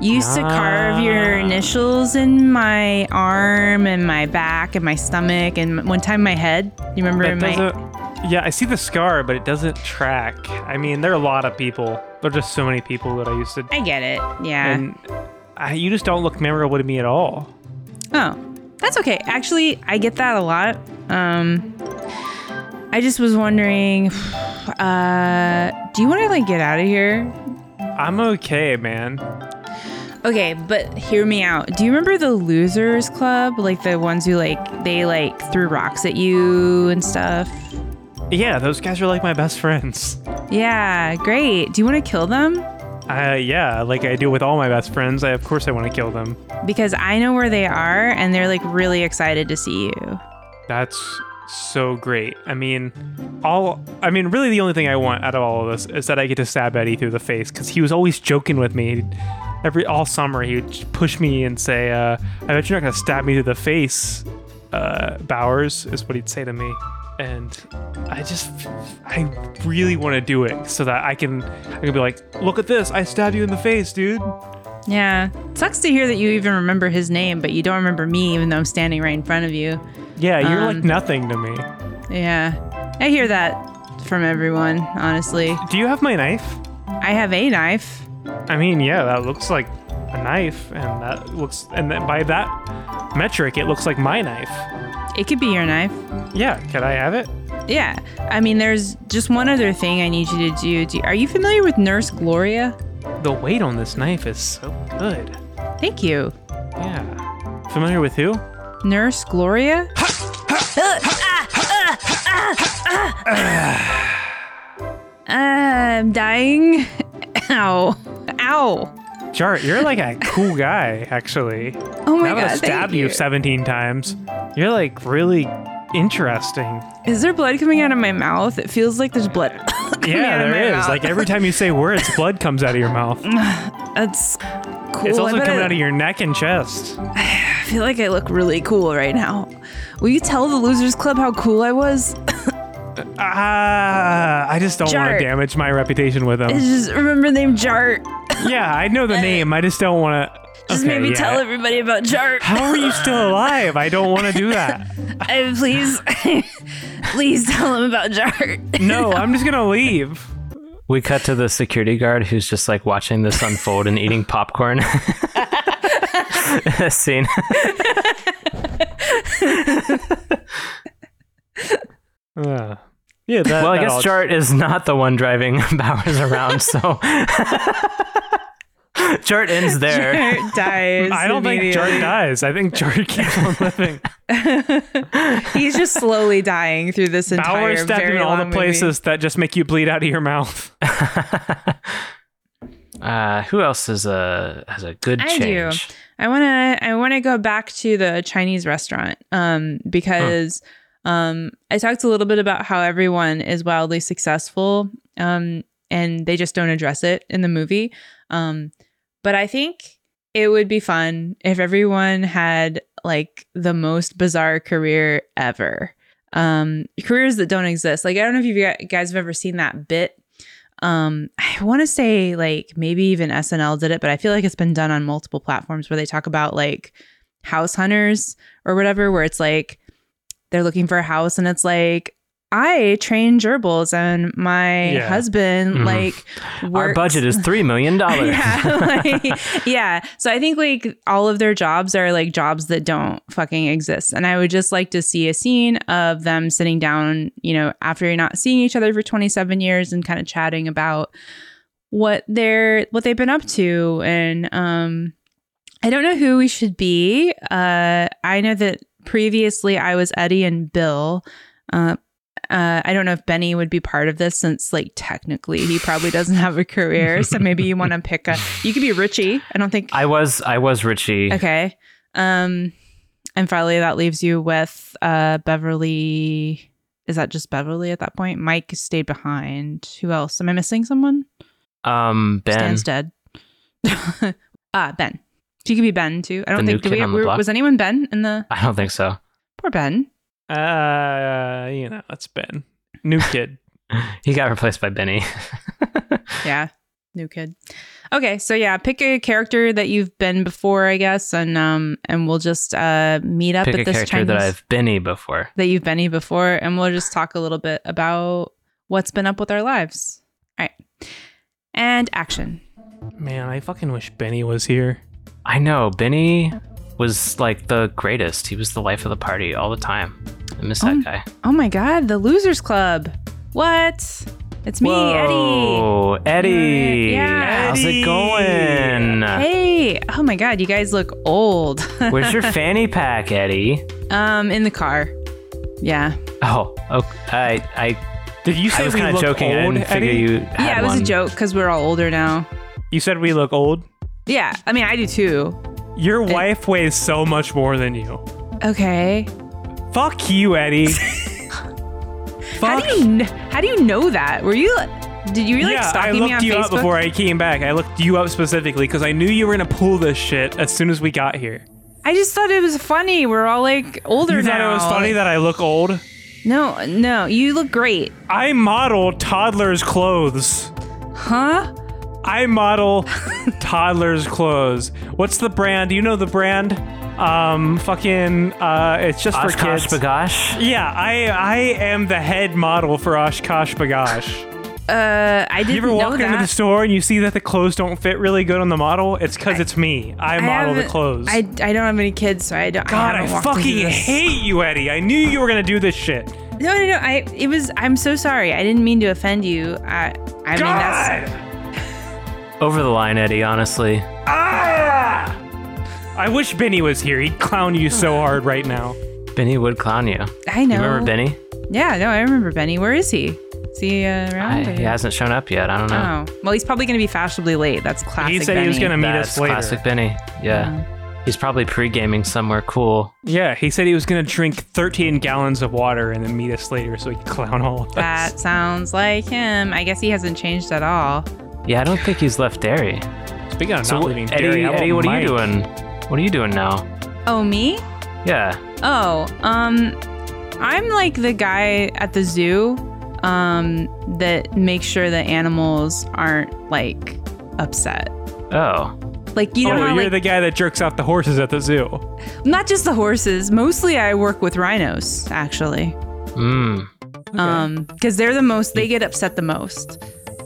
[SPEAKER 6] used to carve your
[SPEAKER 4] Ah.
[SPEAKER 6] initials in my arm and my back and my stomach and one time my head. You remember
[SPEAKER 4] That
[SPEAKER 6] in my
[SPEAKER 4] doesn't. Yeah, I see the scar, but it doesn't track. I mean, there are a lot of people. There are just so many people that I used to.
[SPEAKER 6] I get it. Yeah.
[SPEAKER 4] And I, you just don't look memorable to me at all.
[SPEAKER 6] Oh, that's okay. Actually, I get that a lot. Um, I just was wondering, uh, do you want to like get out of here?
[SPEAKER 4] I'm okay, man.
[SPEAKER 6] Okay, but hear me out. Do you remember the losers club? Like the ones who like they like threw rocks at you and stuff.
[SPEAKER 4] Yeah, those guys are like my best friends.
[SPEAKER 6] Yeah, great. Do you want to kill them?
[SPEAKER 4] Uh, yeah, like I do with all my best friends. I, of course, I want to kill them.
[SPEAKER 6] because I know where they are and they're like really excited to see you.
[SPEAKER 4] That's so great. I mean, all I mean, really, the only thing I want out of all of this is that I get to stab Eddie through the face because he was always joking with me. Every all summer, he would just push me and say, uh, "I bet you're not gonna stab me through the face." Uh, Bowers is what he'd say to me, and I just I really want to do it so that I can I can be like, "Look at this! I stabbed you in the face, dude."
[SPEAKER 6] Yeah. Sucks to hear that you even remember his name, but you don't remember me, even though I'm standing right in front of you.
[SPEAKER 4] Yeah, you're like
[SPEAKER 6] Um,
[SPEAKER 4] nothing to me.
[SPEAKER 6] Yeah. I hear that from everyone, honestly.
[SPEAKER 4] Do you have my knife?
[SPEAKER 6] I have a knife.
[SPEAKER 4] I mean, yeah, that looks like a knife, and that looks, and then by that metric, it looks like my knife.
[SPEAKER 6] It could be your knife.
[SPEAKER 4] Yeah, could I have it?
[SPEAKER 6] Yeah. I mean, there's just one other thing I need you to do. do are you familiar with Nurse Gloria?
[SPEAKER 4] The weight on this knife is so good.
[SPEAKER 6] Thank you.
[SPEAKER 4] Yeah. Familiar with who?
[SPEAKER 6] Nurse Gloria? Uh, I'm dying. Ow. Ow.
[SPEAKER 4] Jart, you're like a cool guy, actually.
[SPEAKER 6] Oh my
[SPEAKER 4] now that
[SPEAKER 6] god.
[SPEAKER 4] I
[SPEAKER 6] thank
[SPEAKER 4] stabbed you 17 times, you're like really interesting.
[SPEAKER 6] Is there blood coming out of my mouth? It feels like there's blood. coming
[SPEAKER 4] Yeah,
[SPEAKER 6] out
[SPEAKER 4] there
[SPEAKER 6] of my
[SPEAKER 4] is.
[SPEAKER 6] mouth.
[SPEAKER 4] Like every time you say words, blood comes out of your mouth.
[SPEAKER 6] That's cool.
[SPEAKER 4] It's also
[SPEAKER 6] I, bet
[SPEAKER 4] coming
[SPEAKER 6] I-
[SPEAKER 4] out of your neck and chest.
[SPEAKER 6] I feel like I look really cool right now. Will you tell the Losers Club how cool I was?
[SPEAKER 4] Ah, I just don't want
[SPEAKER 6] Jart.
[SPEAKER 4] to damage my reputation with them.
[SPEAKER 6] I just remember the name Jart.
[SPEAKER 4] Yeah, I know the name. I just don't want to.
[SPEAKER 6] Just maybe tell everybody about Jart.
[SPEAKER 4] How are you Oh, still alive? I don't want to do that.
[SPEAKER 6] Uh, please, please tell them about Jart.
[SPEAKER 4] No, I'm just gonna leave.
[SPEAKER 5] We cut to the security guard who's just like watching this unfold and eating popcorn. Scene.
[SPEAKER 4] Uh, yeah. That,
[SPEAKER 5] Well, I
[SPEAKER 4] that
[SPEAKER 5] guess
[SPEAKER 4] all-
[SPEAKER 5] Jart is not the one driving Bowers around, so Jart ends there.
[SPEAKER 6] Jart dies.
[SPEAKER 4] I don't think Jart dies. I think Jart keeps on living.
[SPEAKER 6] He's just slowly dying through this entire
[SPEAKER 4] Bauer stabbed him
[SPEAKER 6] very
[SPEAKER 4] in all the
[SPEAKER 6] long movie.
[SPEAKER 4] places that just make you bleed out of your mouth.
[SPEAKER 5] Uh, who else is a has a good
[SPEAKER 6] I do.
[SPEAKER 5] change?
[SPEAKER 6] I want to I want to go back to the Chinese restaurant um because um I talked a little bit about how everyone is wildly successful um and they just don't address it in the movie. Um but I think it would be fun if everyone had like the most bizarre career ever. Um careers that don't exist. Like I don't know if you guys have ever seen that bit um i want to say like maybe even snl did it but i feel like it's been done on multiple platforms where they talk about like house hunters or whatever where it's like they're looking for a house and it's like i train gerbils and my
[SPEAKER 4] Yeah.
[SPEAKER 6] husband
[SPEAKER 5] Mhm.
[SPEAKER 6] like works
[SPEAKER 5] Our budget is three million dollars.
[SPEAKER 6] yeah, like, yeah. So I think like all of their jobs are like jobs that don't fucking exist. And I would just like to see a scene of them sitting down, you know, after not seeing each other for 27 years and kind of chatting about what they're what they've been up to and um I don't know who we should be. Uh I know that previously I was Eddie and Bill. Uh uh, I don't know if Benny would be part of this since, like, technically he probably doesn't have a career. So maybe you want to pick a. You could be Richie. I don't think.
[SPEAKER 5] I was I was Richie.
[SPEAKER 6] okay. Um, and finally, that leaves you with uh, Beverly. Is that just Beverly at that point? Mike stayed behind. Who else? Am I missing someone?
[SPEAKER 5] Um, Ben.
[SPEAKER 6] Stan's dead. Ah, Ben. So you could be Ben too. I don't
[SPEAKER 5] The new
[SPEAKER 6] think. do
[SPEAKER 5] kid
[SPEAKER 6] we,
[SPEAKER 5] on the
[SPEAKER 6] were-
[SPEAKER 5] block?
[SPEAKER 6] was anyone Ben in the
[SPEAKER 5] I don't think so.
[SPEAKER 6] poor Ben?
[SPEAKER 4] Uh, you know, it's Ben, new kid.
[SPEAKER 5] He got replaced by Benny.
[SPEAKER 6] Yeah, new kid. Okay, so yeah, pick a character that you've been before, I guess, and um, and we'll just uh meet up
[SPEAKER 5] Pick
[SPEAKER 6] at
[SPEAKER 5] a
[SPEAKER 6] this
[SPEAKER 5] character
[SPEAKER 6] Chinese
[SPEAKER 5] that I've Benny before.
[SPEAKER 6] that you've been before, and we'll just talk a little bit about what's been up with our lives. All right, and action.
[SPEAKER 4] Man, I fucking wish Benny was here.
[SPEAKER 5] I know Benny was like the greatest. He was the life of the party all the time. I miss
[SPEAKER 6] Oh,
[SPEAKER 5] that guy.
[SPEAKER 6] Oh my God, the Losers Club. What? It's me,
[SPEAKER 5] Whoa, Eddie.
[SPEAKER 6] Yeah.
[SPEAKER 5] How's
[SPEAKER 4] Eddie.
[SPEAKER 5] it going?
[SPEAKER 6] Eddie. Hey. Oh my God, you guys look old.
[SPEAKER 5] Where's your fanny pack, Eddie?
[SPEAKER 6] um, in the car. Yeah.
[SPEAKER 5] Oh, okay. I, I,
[SPEAKER 4] Did you
[SPEAKER 5] I
[SPEAKER 4] say
[SPEAKER 5] was
[SPEAKER 4] we
[SPEAKER 5] kind of
[SPEAKER 4] look
[SPEAKER 5] joking. I
[SPEAKER 4] old,
[SPEAKER 5] didn't figure
[SPEAKER 4] Eddie?
[SPEAKER 5] you.
[SPEAKER 6] yeah,
[SPEAKER 5] had
[SPEAKER 6] it was a
[SPEAKER 5] one.
[SPEAKER 6] joke because we're all older now.
[SPEAKER 4] You said we look old.
[SPEAKER 6] Yeah, I mean, I do too.
[SPEAKER 4] Your wife weighs so much more than you.
[SPEAKER 6] Okay.
[SPEAKER 4] Fuck you, Eddie.
[SPEAKER 6] How
[SPEAKER 4] Fuck
[SPEAKER 6] do you kn- how do you know that? Were you did you like
[SPEAKER 4] yeah, I
[SPEAKER 6] stalking
[SPEAKER 4] looked
[SPEAKER 6] me on
[SPEAKER 4] you
[SPEAKER 6] Facebook?
[SPEAKER 4] up before I came back. I looked you up specifically because I knew you were gonna pull this shit as soon as we got here.
[SPEAKER 6] I just thought it was funny. We're all like older
[SPEAKER 4] You
[SPEAKER 6] now.
[SPEAKER 4] thought it was funny that I look old?
[SPEAKER 6] no, no, you look great,
[SPEAKER 4] I model toddlers' clothes.
[SPEAKER 6] huh?
[SPEAKER 4] I model toddlers' clothes. What's the brand? You know the brand? Um, fucking. Uh, it's just for
[SPEAKER 5] Oshkosh
[SPEAKER 4] kids.
[SPEAKER 5] bagosh.
[SPEAKER 4] yeah, I I am the head model for Oshkosh Bagosh.
[SPEAKER 6] Uh, I didn't
[SPEAKER 4] You ever
[SPEAKER 6] know
[SPEAKER 4] walk
[SPEAKER 6] that.
[SPEAKER 4] into the store and you see that the clothes don't fit really good on the model? It's because it's me. I,
[SPEAKER 6] I
[SPEAKER 4] model the
[SPEAKER 6] haven't-
[SPEAKER 4] clothes.
[SPEAKER 6] I, I don't have any kids, so I don't.
[SPEAKER 4] God, I
[SPEAKER 6] haven't walked into
[SPEAKER 4] fucking
[SPEAKER 6] this.
[SPEAKER 4] hate you, Eddie. I knew you were gonna do this shit.
[SPEAKER 6] No, no, no. I it was. I'm so sorry. I didn't mean to offend you. I, I mean that's.
[SPEAKER 4] God!
[SPEAKER 5] Over the line, Eddie. Honestly,
[SPEAKER 4] Ah! I wish Benny was here. He'd clown you so hard right now.
[SPEAKER 5] Benny would clown you.
[SPEAKER 6] I know.
[SPEAKER 5] You remember Benny?
[SPEAKER 6] Yeah, no, I remember Benny. Where is he? Is he uh,
[SPEAKER 5] I-
[SPEAKER 6] around? or-
[SPEAKER 5] he hasn't shown up yet. I don't know.
[SPEAKER 6] Oh, well, he's probably going to be fashionably late. That's classic.
[SPEAKER 4] he said he was
[SPEAKER 6] Benny.
[SPEAKER 4] gonna meet
[SPEAKER 5] That's
[SPEAKER 4] us later.
[SPEAKER 5] classic Benny. Yeah. He's probably pre gaming somewhere cool.
[SPEAKER 4] Yeah, he said he was gonna drink 13 gallons of water and then meet us later so he could clown all of us.
[SPEAKER 6] That sounds like him. I guess he hasn't changed at all.
[SPEAKER 5] Yeah, I don't think he's left dairy.
[SPEAKER 4] Speaking of
[SPEAKER 5] So,
[SPEAKER 4] not
[SPEAKER 5] what-
[SPEAKER 4] leaving
[SPEAKER 5] Eddie,
[SPEAKER 4] dairy, how about
[SPEAKER 5] Eddie, what are
[SPEAKER 4] Mike?
[SPEAKER 5] you doing? What are you doing now?
[SPEAKER 6] Oh, me?
[SPEAKER 5] Yeah.
[SPEAKER 6] Oh, um, I'm like the guy at the zoo, um, that makes sure the animals aren't like upset.
[SPEAKER 5] Oh.
[SPEAKER 6] Like you know,
[SPEAKER 4] oh,
[SPEAKER 6] how,
[SPEAKER 4] you're
[SPEAKER 6] like
[SPEAKER 4] the guy that jerks out the horses at the zoo.
[SPEAKER 6] not just the horses. Mostly, I work with rhinos actually,
[SPEAKER 5] Mm.
[SPEAKER 6] Um, because they're the most. They get upset the most.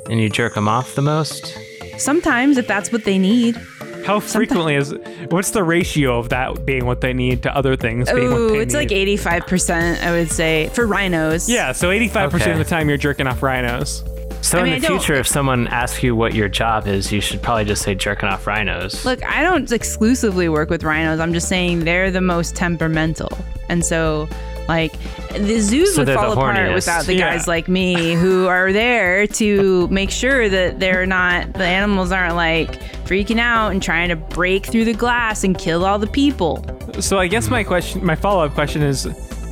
[SPEAKER 5] And you jerk him off the most?
[SPEAKER 6] Sometimes, if that's what they need.
[SPEAKER 4] How frequently is? What's the ratio of that being what they need to other things being what
[SPEAKER 6] Ooh,
[SPEAKER 4] they
[SPEAKER 6] it's
[SPEAKER 4] need?
[SPEAKER 6] like 85%, I would say, for rhinos.
[SPEAKER 4] Yeah, so 85% of
[SPEAKER 5] Okay.
[SPEAKER 4] the time you're jerking off rhinos.
[SPEAKER 5] So
[SPEAKER 6] I mean,
[SPEAKER 5] in
[SPEAKER 6] I
[SPEAKER 5] the
[SPEAKER 6] don't-
[SPEAKER 5] future, if someone asks you what your job is, you should probably just say jerking off rhinos.
[SPEAKER 6] Look, I don't exclusively work with rhinos. I'm just saying they're the most temperamental. And so, like, the zoos
[SPEAKER 5] So
[SPEAKER 6] would
[SPEAKER 5] they're
[SPEAKER 6] fall
[SPEAKER 5] the
[SPEAKER 6] apart
[SPEAKER 5] horniest.
[SPEAKER 6] without the
[SPEAKER 4] Yeah.
[SPEAKER 6] guys like me who are there to make sure that they're not, the animals aren't like freaking out and trying to break through the glass and kill all the people.
[SPEAKER 4] So I guess my question, my follow up question is: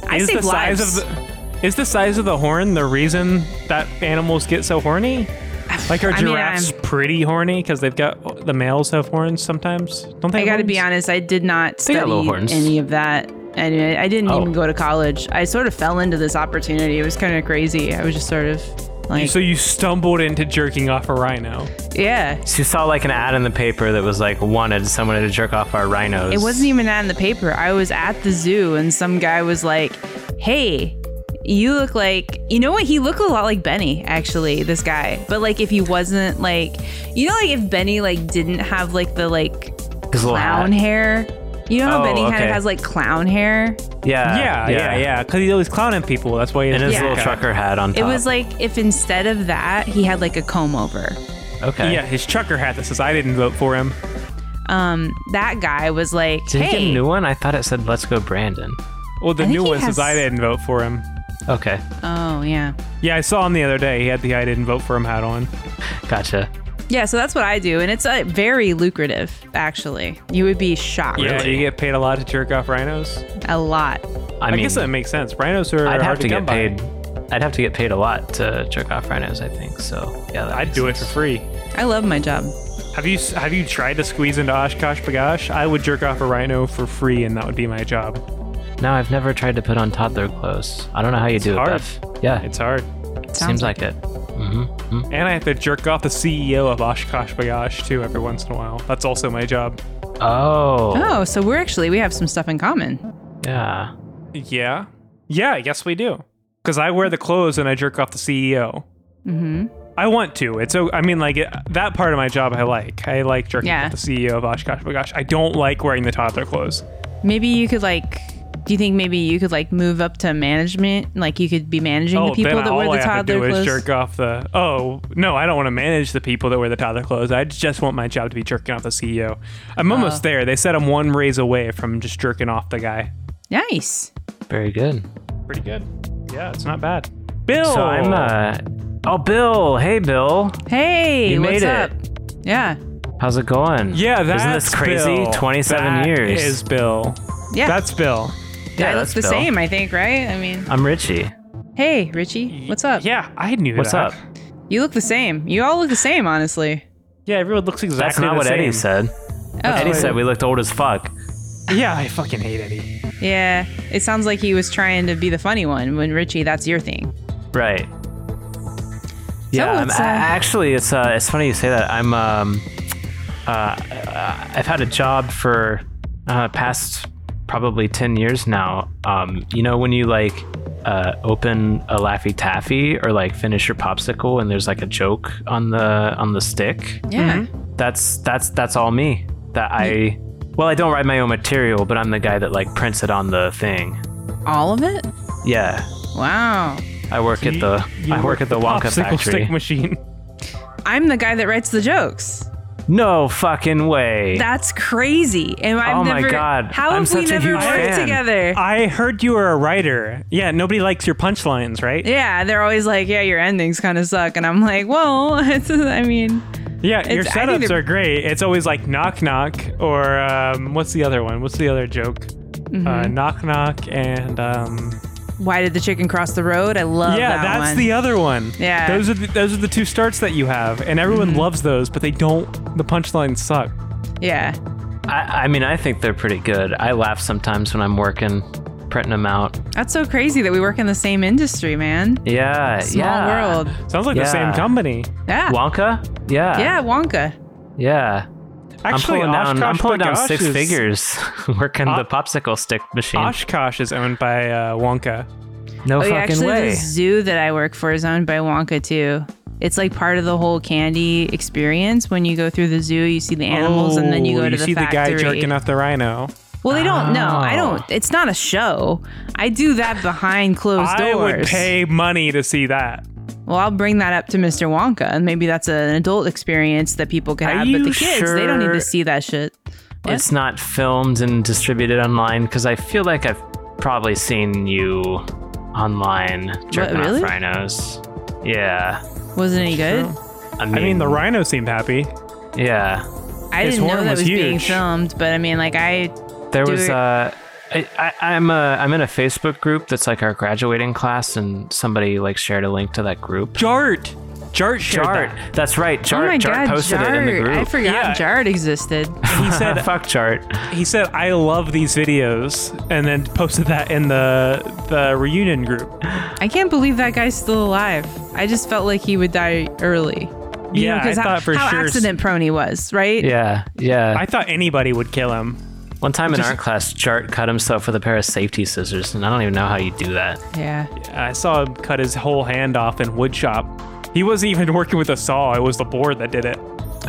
[SPEAKER 6] I
[SPEAKER 4] Is
[SPEAKER 6] save
[SPEAKER 4] the size
[SPEAKER 6] lives.
[SPEAKER 4] of the is the size of the horn the reason that animals get so horny? Like are
[SPEAKER 6] I mean,
[SPEAKER 4] giraffes
[SPEAKER 6] I'm-
[SPEAKER 4] pretty horny because they've got the males have horns sometimes? Don't they?
[SPEAKER 6] I
[SPEAKER 4] have
[SPEAKER 6] got to be
[SPEAKER 4] horns?
[SPEAKER 6] honest, I did not
[SPEAKER 5] They got
[SPEAKER 6] study
[SPEAKER 5] little horns.
[SPEAKER 6] any of that. And I I didn't
[SPEAKER 5] Oh.
[SPEAKER 6] even go to college. I sort of fell into this opportunity. It was kind of crazy. I was just sort of like,
[SPEAKER 4] So you stumbled into jerking off a
[SPEAKER 5] Uh,
[SPEAKER 4] rhino.
[SPEAKER 6] yeah.
[SPEAKER 5] So you saw like an ad in the paper that was like wanted someone to jerk off our rhinos.
[SPEAKER 6] It wasn't even that in the paper. I was at the zoo and some guy was like, hey, you look like, you know what? He looked a lot like Benny, actually, this guy. But like, if he wasn't like, you know, like if Benny like didn't have like the like
[SPEAKER 5] His little
[SPEAKER 6] clown
[SPEAKER 5] hat.
[SPEAKER 6] hair. You know how
[SPEAKER 5] Oh,
[SPEAKER 6] Benny kind
[SPEAKER 5] okay.
[SPEAKER 6] of has like clown hair?
[SPEAKER 5] Yeah.
[SPEAKER 4] yeah, yeah, yeah. Because he's always clowning people. That's why.
[SPEAKER 5] And his
[SPEAKER 6] Yeah.
[SPEAKER 5] little trucker hat on top.
[SPEAKER 6] It was
[SPEAKER 4] Oh.
[SPEAKER 6] like if instead of that, he had like a comb over.
[SPEAKER 5] okay.
[SPEAKER 4] Yeah, his trucker hat that says I didn't vote for him.
[SPEAKER 6] Um, that guy was like,
[SPEAKER 5] Did he get
[SPEAKER 6] hey,
[SPEAKER 5] a new one? I thought it said "Let's go, Brandon."
[SPEAKER 4] Well, the
[SPEAKER 6] I think
[SPEAKER 4] new
[SPEAKER 6] he
[SPEAKER 4] one says
[SPEAKER 6] has-
[SPEAKER 4] I didn't vote for him.
[SPEAKER 5] Okay,
[SPEAKER 6] oh yeah,
[SPEAKER 4] Yeah, I saw him the other day. He had the I didn't vote for him hat on.
[SPEAKER 5] gotcha.
[SPEAKER 6] yeah. So that's what I do, and it's uh, very lucrative. Actually, you would be shocked
[SPEAKER 4] Yeah,
[SPEAKER 5] Really?
[SPEAKER 4] you get paid a lot to jerk off rhinos.
[SPEAKER 6] a lot.
[SPEAKER 5] I,
[SPEAKER 4] I,
[SPEAKER 5] mean,
[SPEAKER 4] guess that makes sense. Rhinos are
[SPEAKER 5] I'd
[SPEAKER 4] hard
[SPEAKER 5] have to
[SPEAKER 4] come
[SPEAKER 5] get
[SPEAKER 4] by.
[SPEAKER 5] paid. I'd have to get paid a lot to jerk off rhinos. I think so. Yeah,
[SPEAKER 4] I'd do it for free.
[SPEAKER 6] I love my job.
[SPEAKER 4] Have you have you tried to squeeze into Oshkosh Bagosh? I would jerk off a rhino for free, and that would be my job.
[SPEAKER 5] No, I've never tried to put on toddler clothes. I don't know how you do
[SPEAKER 4] hard.
[SPEAKER 5] it, Beth. Yeah, it
[SPEAKER 4] It's hard,
[SPEAKER 5] seems
[SPEAKER 6] sounds
[SPEAKER 5] like it. hmm
[SPEAKER 4] and I have to jerk off the CEO of Oshkosh Bagosh too every once in a while. That's also my job.
[SPEAKER 5] Oh,
[SPEAKER 6] Oh, so we're actually we have some stuff in common.
[SPEAKER 5] yeah.
[SPEAKER 4] Yeah, yeah, yes we do. Because I wear the clothes and I jerk off the CEO.
[SPEAKER 6] Mm-hmm.
[SPEAKER 4] I want to. It's so. I mean, like it, that part of my job, I like. I like jerking
[SPEAKER 6] Yeah.
[SPEAKER 4] off the CEO of Oshkosh Bagosh. I don't like wearing the toddler clothes.
[SPEAKER 6] Maybe you could like. Do you think maybe you could like move up to management? Like you could be managing the people
[SPEAKER 4] Oh, then
[SPEAKER 6] that wear
[SPEAKER 4] all
[SPEAKER 6] the
[SPEAKER 4] I
[SPEAKER 6] toddler
[SPEAKER 4] have to do
[SPEAKER 6] clothes.
[SPEAKER 4] is jerk off the. Oh no, I don't want to manage the people that wear the toddler clothes. I just want my job to be jerking off the CEO. I'm almost there. They said I'm one raise away from just jerking off the guy.
[SPEAKER 6] Nice.
[SPEAKER 5] Very good.
[SPEAKER 4] Pretty good. Yeah, it's not bad. Bill,
[SPEAKER 5] uh, So I'm. uh Oh, Bill. Hey, Bill.
[SPEAKER 6] Hey,
[SPEAKER 5] You made
[SPEAKER 6] what's
[SPEAKER 5] it.
[SPEAKER 6] up? Yeah.
[SPEAKER 5] How's it going?
[SPEAKER 4] Yeah, that's
[SPEAKER 5] Isn't this crazy?
[SPEAKER 4] Bill.
[SPEAKER 5] 27
[SPEAKER 4] That
[SPEAKER 5] years.
[SPEAKER 4] is Bill.
[SPEAKER 6] Yeah.
[SPEAKER 4] That's Bill.
[SPEAKER 5] Yeah,
[SPEAKER 6] I look
[SPEAKER 5] that's
[SPEAKER 6] the
[SPEAKER 5] Bill.
[SPEAKER 6] same, I think, right? I mean,
[SPEAKER 5] I'm Richie.
[SPEAKER 6] hey, Richie, what's up?
[SPEAKER 4] Yeah, I knew
[SPEAKER 5] What's
[SPEAKER 4] that.
[SPEAKER 5] up?
[SPEAKER 6] You look the same. You all look the same, honestly.
[SPEAKER 4] Yeah, everyone looks exactly
[SPEAKER 5] That's not
[SPEAKER 4] the
[SPEAKER 5] what
[SPEAKER 4] same.
[SPEAKER 5] Eddie said.
[SPEAKER 6] Oh,
[SPEAKER 5] Eddie said we looked old as fuck.
[SPEAKER 4] Yeah, I fucking hate Eddie.
[SPEAKER 6] yeah. It sounds like he was trying to be the funny one when Richie, that's your thing.
[SPEAKER 5] Right. Yeah, I'm,
[SPEAKER 6] it's,
[SPEAKER 5] a-
[SPEAKER 6] uh,
[SPEAKER 5] actually, it's uh, it's funny you say that. I'm um, uh, I've had a job for uh, past probably ten years now. Um, you know when you like uh, open a Laffy Taffy or like finish your popsicle and there's like a joke on the on the stick.
[SPEAKER 6] Yeah.
[SPEAKER 5] That's that's that's all me. That I well, I don't write my own material, but I'm the guy that like prints it on the thing.
[SPEAKER 6] All of it?
[SPEAKER 5] Yeah,
[SPEAKER 6] Wow.
[SPEAKER 5] I work at the
[SPEAKER 4] You
[SPEAKER 5] I work at the Wonka
[SPEAKER 4] popsicle
[SPEAKER 5] factory.
[SPEAKER 4] stick machine.
[SPEAKER 6] I'm the guy that writes the jokes.
[SPEAKER 5] No fucking way.
[SPEAKER 6] That's crazy. And I've
[SPEAKER 5] Oh my
[SPEAKER 6] never,
[SPEAKER 5] God.
[SPEAKER 6] How
[SPEAKER 5] I'm
[SPEAKER 6] have we
[SPEAKER 5] such a
[SPEAKER 6] never
[SPEAKER 5] huge
[SPEAKER 6] worked
[SPEAKER 5] fan.
[SPEAKER 6] together?
[SPEAKER 4] I heard you were a writer. Yeah, nobody likes your punchlines, right?
[SPEAKER 6] yeah, they're always like, yeah, your endings kind of suck. And I'm like, well, it's, I mean,
[SPEAKER 4] yeah, your
[SPEAKER 6] it's- I think
[SPEAKER 4] setups
[SPEAKER 6] they're-
[SPEAKER 4] are great. It's always like knock knock or um, what's the other one? What's the other joke? Uh,
[SPEAKER 6] Mm-hmm.
[SPEAKER 4] knock knock and um,
[SPEAKER 6] why did the chicken cross the road? I love
[SPEAKER 4] yeah,
[SPEAKER 6] that
[SPEAKER 4] that's
[SPEAKER 6] one.
[SPEAKER 4] the other one.
[SPEAKER 6] Yeah. Mm-hmm.
[SPEAKER 4] those are the, those are the two starts that you have, and everyone loves those, but they don't. The punchlines suck.
[SPEAKER 6] yeah.
[SPEAKER 5] I, I mean, I think they're pretty good. I laugh sometimes when I'm working, printing them out.
[SPEAKER 6] That's so crazy that we work in the same industry, man.
[SPEAKER 5] Yeah,
[SPEAKER 6] Small
[SPEAKER 5] yeah.
[SPEAKER 6] world.
[SPEAKER 4] Sounds like the same
[SPEAKER 5] Yeah.
[SPEAKER 4] company.
[SPEAKER 6] Yeah.
[SPEAKER 5] Wonka. Yeah,
[SPEAKER 6] yeah, Wonka.
[SPEAKER 5] yeah. I'm
[SPEAKER 4] Actually,
[SPEAKER 5] pulling down. I'm
[SPEAKER 4] Oshkosh
[SPEAKER 5] pulling down
[SPEAKER 4] Bagosh
[SPEAKER 5] six
[SPEAKER 4] is-
[SPEAKER 5] figures working
[SPEAKER 4] O-
[SPEAKER 5] the popsicle stick machine.
[SPEAKER 4] Oshkosh is owned by uh, Wonka.
[SPEAKER 5] no
[SPEAKER 6] Oh, yeah,
[SPEAKER 5] fucking
[SPEAKER 6] actually,
[SPEAKER 5] way.
[SPEAKER 6] the zoo that I work for is owned by Wonka too. It's like part of the whole candy experience. When you go through the zoo, you see the animals, and then you
[SPEAKER 4] Oh,
[SPEAKER 6] go to
[SPEAKER 4] you
[SPEAKER 6] the
[SPEAKER 4] see
[SPEAKER 6] factory.
[SPEAKER 4] the guy jerking off the rhino.
[SPEAKER 6] Well, they don't. know. I don't.
[SPEAKER 5] Oh.
[SPEAKER 6] It's not a show. I do that behind closed
[SPEAKER 4] I
[SPEAKER 6] doors.
[SPEAKER 4] would pay money to see that.
[SPEAKER 6] Well, I'll bring that up to Mr. Wonka, and maybe that's an adult experience that people could
[SPEAKER 5] Are
[SPEAKER 6] have. But
[SPEAKER 5] you
[SPEAKER 6] the kids, they don't need
[SPEAKER 5] sure-
[SPEAKER 6] to see that shit. What?
[SPEAKER 5] It's not filmed and distributed online because I feel like I've probably seen you online jerking
[SPEAKER 6] really?
[SPEAKER 5] off rhinos. Yeah.
[SPEAKER 6] Wasn't any good.
[SPEAKER 5] I mean,
[SPEAKER 4] I mean, the rhino seemed happy.
[SPEAKER 5] yeah.
[SPEAKER 6] I
[SPEAKER 4] His
[SPEAKER 6] didn't know
[SPEAKER 4] horn
[SPEAKER 6] that
[SPEAKER 4] was
[SPEAKER 6] was being
[SPEAKER 4] huge.
[SPEAKER 6] filmed, but I mean, like I. oh
[SPEAKER 5] There
[SPEAKER 6] Do
[SPEAKER 5] was
[SPEAKER 6] it-
[SPEAKER 5] uh, I, I, I'm uh, I'm in a Facebook group that's like our graduating class, and somebody like shared a link to that group.
[SPEAKER 4] Jart, Jart, shared that.
[SPEAKER 5] Jart, that's right. Jart,
[SPEAKER 6] oh my
[SPEAKER 5] Jart
[SPEAKER 6] god,
[SPEAKER 5] posted
[SPEAKER 6] Jart!
[SPEAKER 5] it in the group.
[SPEAKER 6] I forgot
[SPEAKER 4] Yeah.
[SPEAKER 6] Jart existed.
[SPEAKER 4] He said,
[SPEAKER 5] Fuck Jart.
[SPEAKER 4] he said, I love these videos, and then posted that in the the reunion group.
[SPEAKER 6] I can't believe that guy's still alive. I just felt like he would die early. You
[SPEAKER 4] yeah,
[SPEAKER 6] know, 'cause
[SPEAKER 4] I
[SPEAKER 6] how,
[SPEAKER 4] thought for
[SPEAKER 6] how
[SPEAKER 4] sure.
[SPEAKER 6] accident prone he was, right?
[SPEAKER 5] Yeah, yeah.
[SPEAKER 4] I thought anybody would kill him.
[SPEAKER 5] One time in art class, Jart cut himself with a pair of safety scissors, and I don't even know how you do that.
[SPEAKER 6] Yeah.
[SPEAKER 4] I saw him cut his whole hand off in woodshop. He wasn't even working with a saw; it was the board that did it.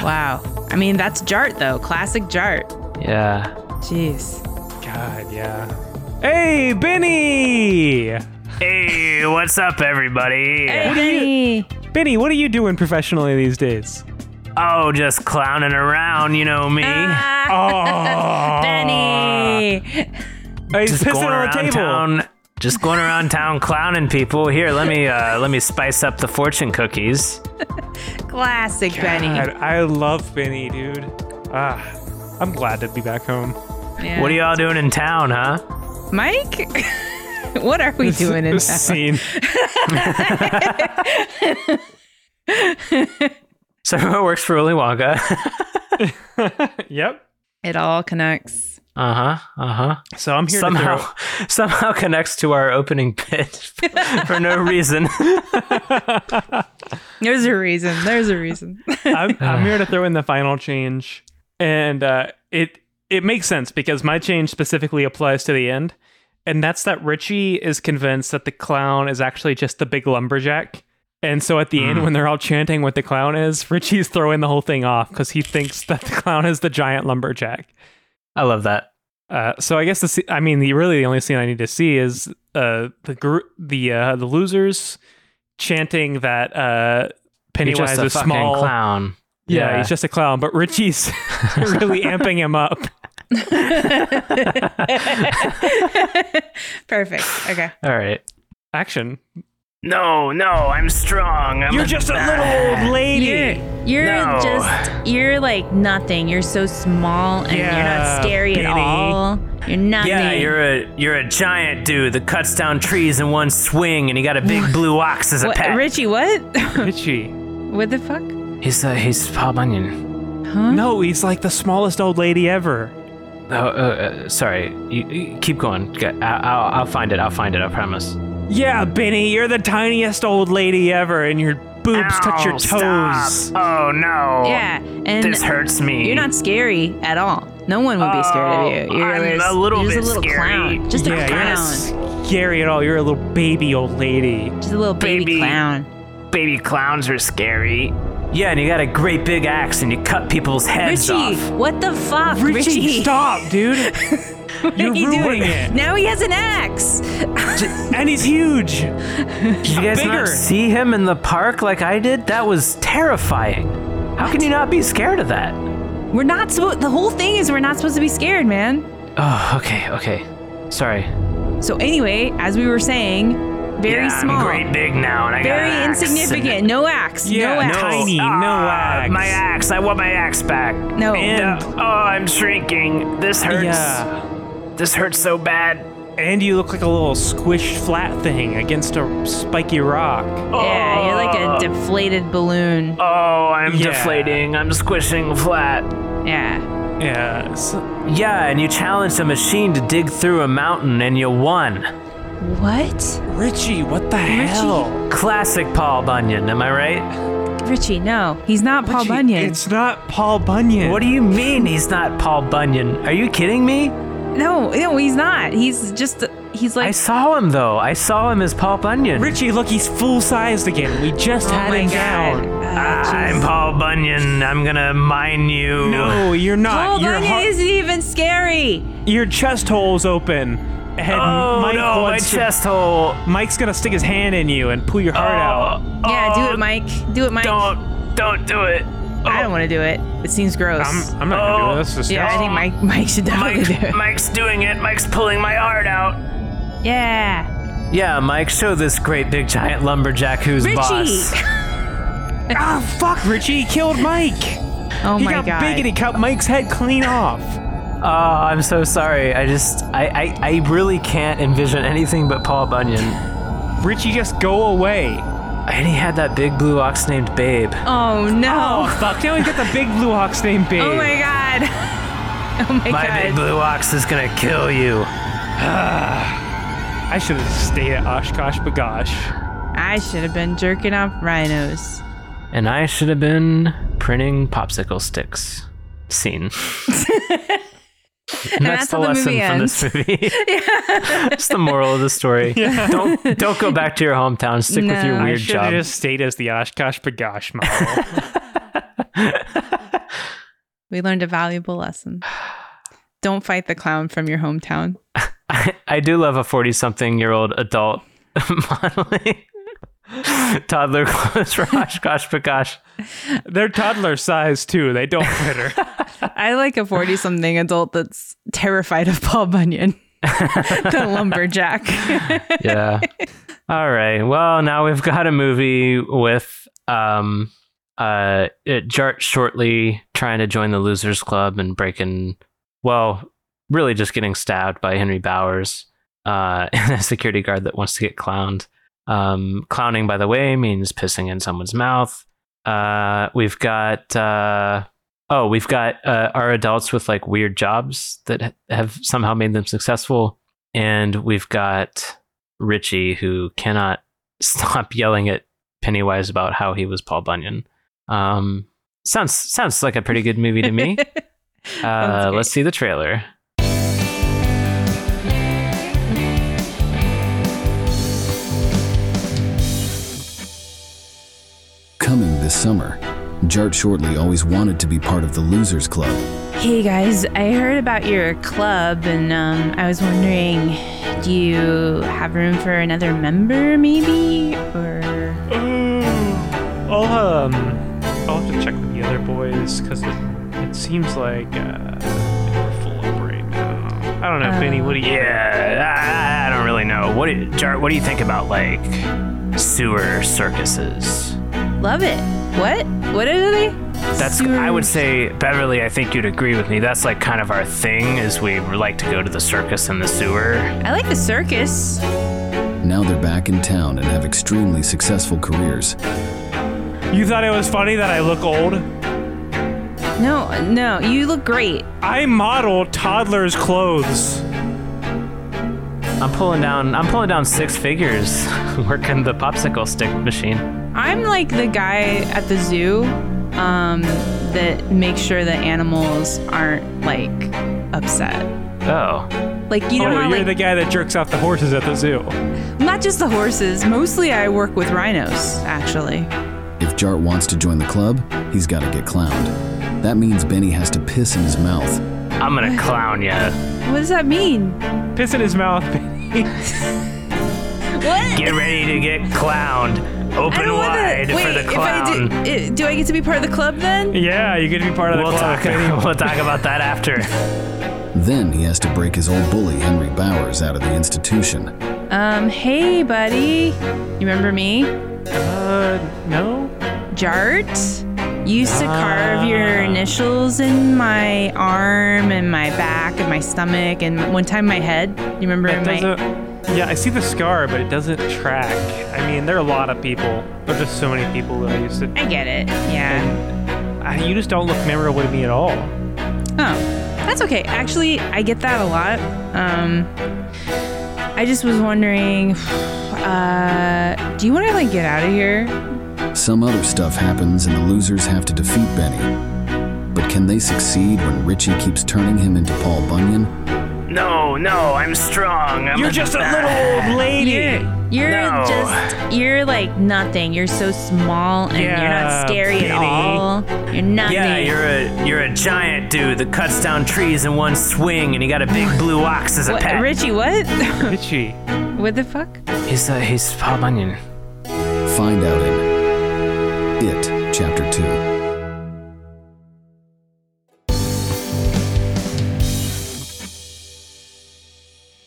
[SPEAKER 6] Wow. I mean, that's Jart though. Classic Jart.
[SPEAKER 5] Yeah.
[SPEAKER 6] Jeez.
[SPEAKER 4] God, yeah. Hey, Benny!
[SPEAKER 5] Hey, what's up, everybody?
[SPEAKER 4] Benny, what are you doing professionally these days?
[SPEAKER 5] Oh, just clowning around, you know me.
[SPEAKER 6] Uh,
[SPEAKER 4] Oh,
[SPEAKER 6] Ah, Benny.
[SPEAKER 4] he's
[SPEAKER 5] just
[SPEAKER 4] pissing
[SPEAKER 5] going
[SPEAKER 4] on
[SPEAKER 5] around
[SPEAKER 4] the table.
[SPEAKER 5] town, just going around town clowning people. Here, let me uh, let me spice up the fortune cookies.
[SPEAKER 6] Classic
[SPEAKER 4] God,
[SPEAKER 6] Benny.
[SPEAKER 4] I love Benny, dude. Ah, I'm glad to be back home.
[SPEAKER 6] Yeah.
[SPEAKER 5] What are y'all doing in town, huh?
[SPEAKER 6] Mike? what are we doing in
[SPEAKER 4] This
[SPEAKER 6] town?
[SPEAKER 4] scene.
[SPEAKER 5] So everyone works for Willy Wonka.
[SPEAKER 4] Yep.
[SPEAKER 6] It all connects.
[SPEAKER 5] uh huh. Uh huh.
[SPEAKER 4] So I'm here
[SPEAKER 5] Somehow,
[SPEAKER 4] to throw.
[SPEAKER 5] somehow connects to our opening pitch for no reason.
[SPEAKER 6] There's a reason. There's a reason.
[SPEAKER 4] I'm, I'm here to throw in the final change, and uh, it it makes sense because my change specifically applies to the end, and that's that Richie is convinced that the clown is actually just the big lumberjack. And so at the end, when they're all chanting what the clown is, Richie's throwing the whole thing off because he thinks that the clown is the giant lumberjack.
[SPEAKER 5] I love that.
[SPEAKER 4] Uh, so I guess the sce- I mean the really the only scene I need to see is uh the gr- the uh, the losers chanting that uh
[SPEAKER 5] You're
[SPEAKER 4] Pennywise
[SPEAKER 5] just a
[SPEAKER 4] is
[SPEAKER 5] fucking
[SPEAKER 4] small.
[SPEAKER 5] clown.
[SPEAKER 4] Yeah, he's just a clown, but Richie's really amping him up.
[SPEAKER 6] Perfect. Okay.
[SPEAKER 5] All right.
[SPEAKER 4] Action.
[SPEAKER 5] No, no, I'm strong. I'm
[SPEAKER 4] You're just a little old lady.
[SPEAKER 6] You're, you're
[SPEAKER 5] No.
[SPEAKER 6] just you're like nothing. You're so small and you're
[SPEAKER 4] Yeah,
[SPEAKER 6] not scary
[SPEAKER 4] Benny.
[SPEAKER 6] at all. You're nothing.
[SPEAKER 5] Yeah, you're a you're a giant dude that cuts down trees in one swing, and he got a big blue ox as a
[SPEAKER 6] what,
[SPEAKER 5] pet.
[SPEAKER 6] Richie, what?
[SPEAKER 4] Richie.
[SPEAKER 6] what the fuck?
[SPEAKER 5] He's uh, he's Paul Bunyan.
[SPEAKER 6] Huh?
[SPEAKER 4] No, he's like the smallest old lady ever.
[SPEAKER 5] Oh, uh, uh, sorry. You, you keep going. Go- I, I'll, I'll find it. I'll find it. I promise.
[SPEAKER 4] Yeah, Benny, you're the tiniest old lady ever, and your boobs touch your
[SPEAKER 5] Ow,
[SPEAKER 4] toes.
[SPEAKER 5] stop. Oh no.
[SPEAKER 6] Yeah, and
[SPEAKER 5] Um, This hurts me.
[SPEAKER 6] you're not scary at all. No one would be scared of
[SPEAKER 5] Oh,
[SPEAKER 6] you. You're
[SPEAKER 5] I'm
[SPEAKER 6] just-
[SPEAKER 5] a little
[SPEAKER 6] you're just
[SPEAKER 5] bit
[SPEAKER 6] a little
[SPEAKER 5] scary.
[SPEAKER 6] clown. Just
[SPEAKER 4] yeah,
[SPEAKER 6] a
[SPEAKER 4] you're
[SPEAKER 6] clown.
[SPEAKER 4] not scary at all. You're a little baby old lady.
[SPEAKER 6] Just a little baby,
[SPEAKER 5] baby.
[SPEAKER 6] clown.
[SPEAKER 5] Baby clowns are scary. Yeah, and you got a great big axe, and you cut people's heads
[SPEAKER 6] Richie,
[SPEAKER 5] off.
[SPEAKER 6] what the fuck,
[SPEAKER 4] Richie, stop, dude. you're
[SPEAKER 6] What are you
[SPEAKER 4] ruining
[SPEAKER 6] doing?
[SPEAKER 4] it.
[SPEAKER 6] Now he has an axe.
[SPEAKER 4] And he's huge.
[SPEAKER 5] Did you guys
[SPEAKER 4] bigger.
[SPEAKER 5] not see him in the park like I did? That was terrifying. How can you not be scared of that?
[SPEAKER 6] We're not supposed. The whole thing is we're not supposed to be scared, man.
[SPEAKER 5] Oh, okay, okay. Sorry.
[SPEAKER 6] So anyway, as we were saying, very
[SPEAKER 5] Yeah,
[SPEAKER 6] small,
[SPEAKER 5] I'm great big now, and I got
[SPEAKER 6] very
[SPEAKER 5] an axe
[SPEAKER 6] insignificant.
[SPEAKER 5] and-
[SPEAKER 6] No axe.
[SPEAKER 4] Yeah, no.
[SPEAKER 6] no axe.
[SPEAKER 4] Tiny, no
[SPEAKER 5] Ah,
[SPEAKER 4] axe.
[SPEAKER 5] My axe. I want my axe back.
[SPEAKER 6] No.
[SPEAKER 4] And-
[SPEAKER 5] oh, I'm shrinking. This hurts.
[SPEAKER 4] Yeah.
[SPEAKER 5] This hurts so bad.
[SPEAKER 4] And you look like a little squish flat thing against a spiky rock.
[SPEAKER 6] Yeah, you're like
[SPEAKER 5] Oh.
[SPEAKER 6] a deflated balloon.
[SPEAKER 5] Oh, I'm
[SPEAKER 4] Yeah.
[SPEAKER 5] deflating. I'm squishing flat.
[SPEAKER 6] Yeah.
[SPEAKER 4] Yeah. so-
[SPEAKER 5] Yeah, and you challenged a machine to dig through a mountain and you won.
[SPEAKER 6] What?
[SPEAKER 4] Richie, what the hell?
[SPEAKER 5] Classic Paul Bunyan, am I right?
[SPEAKER 6] Richie, no, he's not Paul
[SPEAKER 4] Richie,
[SPEAKER 6] Bunyan.
[SPEAKER 4] It's not Paul Bunyan.
[SPEAKER 5] What do you mean he's not Paul Bunyan? Are you kidding me?
[SPEAKER 6] No, no, he's not. He's just. He's
[SPEAKER 5] I
[SPEAKER 6] like.
[SPEAKER 5] saw him though. I saw him as Paul Bunyan.
[SPEAKER 4] Richie, look, he's full sized again. We just
[SPEAKER 6] oh
[SPEAKER 4] had
[SPEAKER 6] my
[SPEAKER 4] him
[SPEAKER 6] god.
[SPEAKER 4] down.
[SPEAKER 6] Ah,
[SPEAKER 5] I'm
[SPEAKER 6] jeez.
[SPEAKER 5] Paul Bunyan. I'm gonna mine you.
[SPEAKER 4] No, you're not.
[SPEAKER 6] Paul
[SPEAKER 4] your,
[SPEAKER 6] Bunyan
[SPEAKER 4] hu-
[SPEAKER 6] isn't even scary.
[SPEAKER 4] your chest hole's open. And
[SPEAKER 5] Oh
[SPEAKER 4] Mike
[SPEAKER 5] no, my
[SPEAKER 4] wants to-
[SPEAKER 5] chest hole.
[SPEAKER 4] Mike's gonna stick his hand in you and pull your
[SPEAKER 6] Oh.
[SPEAKER 4] heart out.
[SPEAKER 6] yeah, do
[SPEAKER 5] oh,
[SPEAKER 6] it, Mike. Do it, Mike.
[SPEAKER 5] Don't, don't do it.
[SPEAKER 6] I don't want to do it. It seems gross.
[SPEAKER 4] I'm, I'm not gonna
[SPEAKER 5] Oh,
[SPEAKER 4] do this. This is
[SPEAKER 6] yeah, I
[SPEAKER 4] disgusting.
[SPEAKER 6] think Mike Mike should definitely do it.
[SPEAKER 5] Mike, Mike's doing it. Mike's pulling my heart out.
[SPEAKER 6] Yeah.
[SPEAKER 5] Yeah, Mike, show this great big giant lumberjack who's
[SPEAKER 6] Richie!
[SPEAKER 5] boss.
[SPEAKER 4] Ah, fuck, Richie, he killed Mike.
[SPEAKER 6] Oh
[SPEAKER 4] he
[SPEAKER 6] my
[SPEAKER 4] got
[SPEAKER 6] god.
[SPEAKER 4] big and he cut Mike's head clean off.
[SPEAKER 5] Oh, I'm so sorry. I just, I, I, I really can't envision anything but Paul Bunyan.
[SPEAKER 4] Richie, just go away.
[SPEAKER 5] And he had that big blue ox named Babe.
[SPEAKER 6] oh no. Oh,
[SPEAKER 4] fuck. Now we got the big blue hawk's name, babe.
[SPEAKER 6] my god. Oh my,
[SPEAKER 5] My
[SPEAKER 6] god.
[SPEAKER 5] big blue ox is gonna kill you.
[SPEAKER 4] I should have stayed at Oshkosh Bagosh.
[SPEAKER 6] I should have been jerking off rhinos.
[SPEAKER 5] And I should have been printing popsicle sticks. Scene. And
[SPEAKER 6] that's how the movie
[SPEAKER 5] from this movie. That's the moral of the story. Don't don't go back to your hometown. Stick with
[SPEAKER 6] No.
[SPEAKER 5] your
[SPEAKER 6] I
[SPEAKER 5] weird
[SPEAKER 4] I should have
[SPEAKER 5] job.
[SPEAKER 4] just stayed as the Oshkosh Bagosh model.
[SPEAKER 6] We learned a valuable lesson. Don't fight the clown from your hometown.
[SPEAKER 5] I, I do love a forty-something-year-old adult modeling toddler clothes for Oshkosh Bagosh.
[SPEAKER 4] They're toddler size too. They don't fit her.
[SPEAKER 6] I like a 40 something adult that's terrified of Paul Bunyan. the lumberjack.
[SPEAKER 5] yeah. All right. Well, now we've got a movie with um uh it, Jart shortly trying to join the losers club and breaking well, really just getting stabbed by Henry Bowers, uh and a security guard that wants to get clowned. Um clowning by the way means pissing in someone's mouth. Uh we've got uh Oh, we've got uh, our adults with like weird jobs that ha- have somehow made them successful. And we've got Richie, who cannot stop yelling at Pennywise about how he was Paul Bunyan. Um, sounds sounds like a pretty good movie to me.
[SPEAKER 6] Sounds
[SPEAKER 5] Uh,
[SPEAKER 6] great.
[SPEAKER 5] let's see the trailer.
[SPEAKER 2] Coming this summer, Jart Shortly always wanted to be part of the Losers Club.
[SPEAKER 6] Hey guys, I heard about your club and um, I was wondering do you have room for another member maybe? Or.
[SPEAKER 4] I'll um, I'll have to check with the other boys because it, it seems like uh, we're full up right now. I don't know, Benny. What do you?
[SPEAKER 5] Yeah, I, I don't really know. What do you, Jart? What do you think about like sewer circuses.
[SPEAKER 6] Love it. What? What are they?
[SPEAKER 5] That's I would say Beverly. I think you'd agree with me. That's like kind of our thing. Is we like to go to the circus and the sewer.
[SPEAKER 6] I like the circus.
[SPEAKER 2] Now they're back in town and have extremely successful careers.
[SPEAKER 4] You thought it was funny that I look old?
[SPEAKER 6] No, no, you look great.
[SPEAKER 4] I model toddlers' clothes.
[SPEAKER 5] I'm pulling down. I'm pulling down six figures, working the popsicle stick machine.
[SPEAKER 6] I'm like the guy at the zoo um, that makes sure the animals aren't like upset.
[SPEAKER 5] Oh,
[SPEAKER 6] Like you know,
[SPEAKER 4] oh,
[SPEAKER 6] how,
[SPEAKER 4] you're
[SPEAKER 6] like,
[SPEAKER 4] the guy that jerks off the horses at the zoo.
[SPEAKER 6] not just the horses. Mostly, I work with rhinos. Actually,
[SPEAKER 2] If Jart wants to join the club, he's got to get clowned. That means Benny has to piss in his mouth.
[SPEAKER 5] I'm gonna clown you.
[SPEAKER 6] what does that mean?
[SPEAKER 4] Piss in his mouth.
[SPEAKER 6] What?
[SPEAKER 5] Get ready to get clowned.
[SPEAKER 6] I
[SPEAKER 5] Open
[SPEAKER 6] don't want
[SPEAKER 5] wide
[SPEAKER 6] to. Wait,
[SPEAKER 5] for the
[SPEAKER 6] if I
[SPEAKER 5] clown.
[SPEAKER 6] do, i- do I get to be part of the club then?
[SPEAKER 4] yeah, you could be part of the
[SPEAKER 5] We'll
[SPEAKER 4] club.
[SPEAKER 5] talk. We'll talk about that after.
[SPEAKER 2] Then he has to break his old bully, Henry Bowers, out of the institution.
[SPEAKER 6] Um, hey, buddy, you remember me?
[SPEAKER 4] Uh, no.
[SPEAKER 6] Jart used to carve your
[SPEAKER 5] Ah.
[SPEAKER 6] initials in my arm and my back and my stomach and one time my head. You remember
[SPEAKER 4] That
[SPEAKER 6] my
[SPEAKER 4] doesn't. Yeah, I see the scar, but it doesn't track. I mean, there are a lot of people. There's just so many people that I used to.
[SPEAKER 6] I get it. Yeah.
[SPEAKER 4] I, you just don't look memorable to me at all.
[SPEAKER 6] Oh. That's okay. Actually, I get that a lot. Um I just was wondering uh do you want to like get out of here?
[SPEAKER 2] Some other stuff happens and the losers have to defeat Benny. But can they succeed when Richie keeps turning him into Paul Bunyan?
[SPEAKER 5] No, no, I'm strong. I'm
[SPEAKER 4] You're just a little old lady.
[SPEAKER 6] You're
[SPEAKER 5] No.
[SPEAKER 6] just you're like nothing. You're so small and you're
[SPEAKER 4] Yeah,
[SPEAKER 6] not scary
[SPEAKER 4] Penny.
[SPEAKER 6] at all. You're nothing.
[SPEAKER 5] Yeah, you're a you're a giant dude that cuts down trees in one swing, and you got a big blue ox as a
[SPEAKER 6] what,
[SPEAKER 5] pet.
[SPEAKER 6] Richie, what?
[SPEAKER 4] Itchy.
[SPEAKER 6] what the fuck?
[SPEAKER 5] He's uh, he's Paul Bunyan.
[SPEAKER 2] Find out in It, Chapter 2.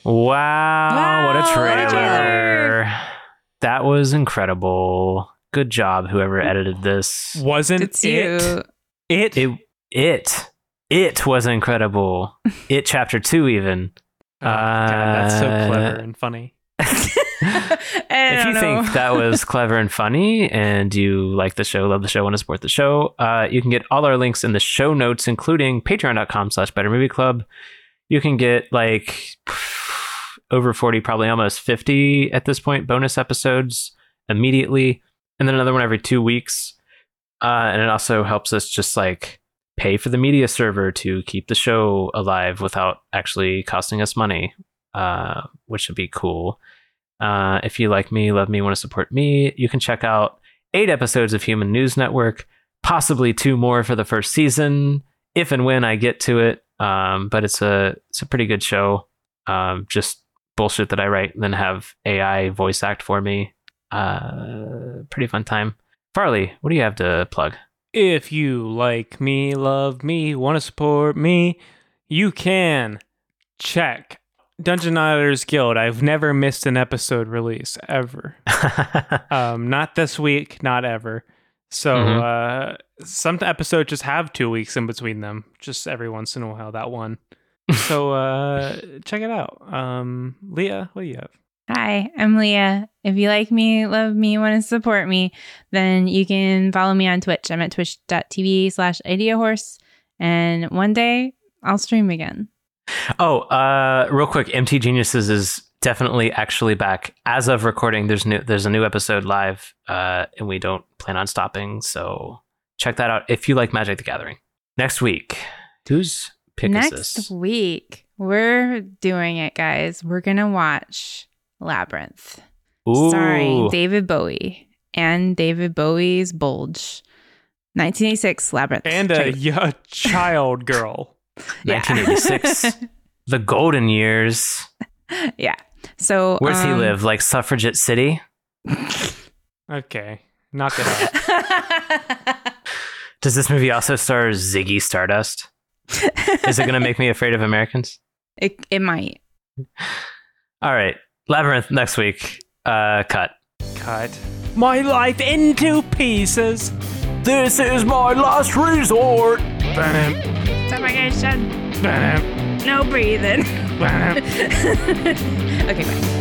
[SPEAKER 5] Wow, what
[SPEAKER 6] Wow,
[SPEAKER 5] a
[SPEAKER 6] what a
[SPEAKER 5] trailer.
[SPEAKER 6] trailer.
[SPEAKER 5] That was incredible. Good job, whoever edited this.
[SPEAKER 4] Wasn't
[SPEAKER 6] It's
[SPEAKER 4] it?
[SPEAKER 6] you.
[SPEAKER 4] It.
[SPEAKER 5] It it it was incredible. It chapter two even.
[SPEAKER 4] Oh, God, that's so
[SPEAKER 5] Uh,
[SPEAKER 4] clever and funny.
[SPEAKER 5] if you think that was clever and funny and you like the show love the show want to support the show uh, you can get all our links in the show notes including patreon.com slash better movie club you can get like over 40 probably almost 50 at this point bonus episodes immediately and then another one every two weeks uh, and it also helps us just like pay for the media server to keep the show alive without actually costing us money uh, which would be cool uh, if you like me, love me, want to support me, you can check out eight episodes of Human News Network, possibly two more for the first season, if and when I get to it. Um, but it's a it's a pretty good show. Um, just bullshit that I write and then have AI voice act for me. Uh, pretty fun time. Farley, what do you have to plug?
[SPEAKER 4] If you like me, love me, want to support me, you can check Dungeon Auditors Guild. I've never missed an episode release ever. Um, not this week, not ever. So
[SPEAKER 6] Mm-hmm.
[SPEAKER 4] uh, some episodes just have two weeks in between them, just every once in a while. That one. so uh, check it out. Um, Leah, what do you have?
[SPEAKER 6] Hi, I'm Leah. If you like me, love me, want to support me, then you can follow me on Twitch. I'm at twitch.tv slash ideahorse. And one day I'll stream again.
[SPEAKER 5] Oh, uh, real quick, MT Geniuses is definitely actually back as of recording. There's new, there's a new episode live, uh, and we don't plan on stopping. So check that out if you like Magic the Gathering. Next week, who's pick
[SPEAKER 6] Next
[SPEAKER 5] is this?
[SPEAKER 6] week, we're doing it, guys. We're going to watch Labyrinth, starring
[SPEAKER 5] Ooh.
[SPEAKER 6] David Bowie and David Bowie's Bulge. 1986 Labyrinth.
[SPEAKER 5] uh,
[SPEAKER 4] And
[SPEAKER 6] Check
[SPEAKER 4] a,
[SPEAKER 6] it-
[SPEAKER 4] y- child girl.
[SPEAKER 6] yeah.
[SPEAKER 5] 1986, the golden years.
[SPEAKER 6] yeah. So
[SPEAKER 5] Where does he
[SPEAKER 6] um,
[SPEAKER 5] live? Like Suffragette City?
[SPEAKER 4] Okay, knock it out.
[SPEAKER 5] Does this movie also star Ziggy Stardust? Is it going to make me afraid of Americans?
[SPEAKER 6] It, it might.
[SPEAKER 5] All right, Labyrinth next week. Uh, cut.
[SPEAKER 4] cut my life into pieces. This is my last resort. Ba-dum,
[SPEAKER 6] Suffocation.
[SPEAKER 4] ba-dum,
[SPEAKER 6] No breathing.
[SPEAKER 4] ba-dum.
[SPEAKER 6] okay, bye.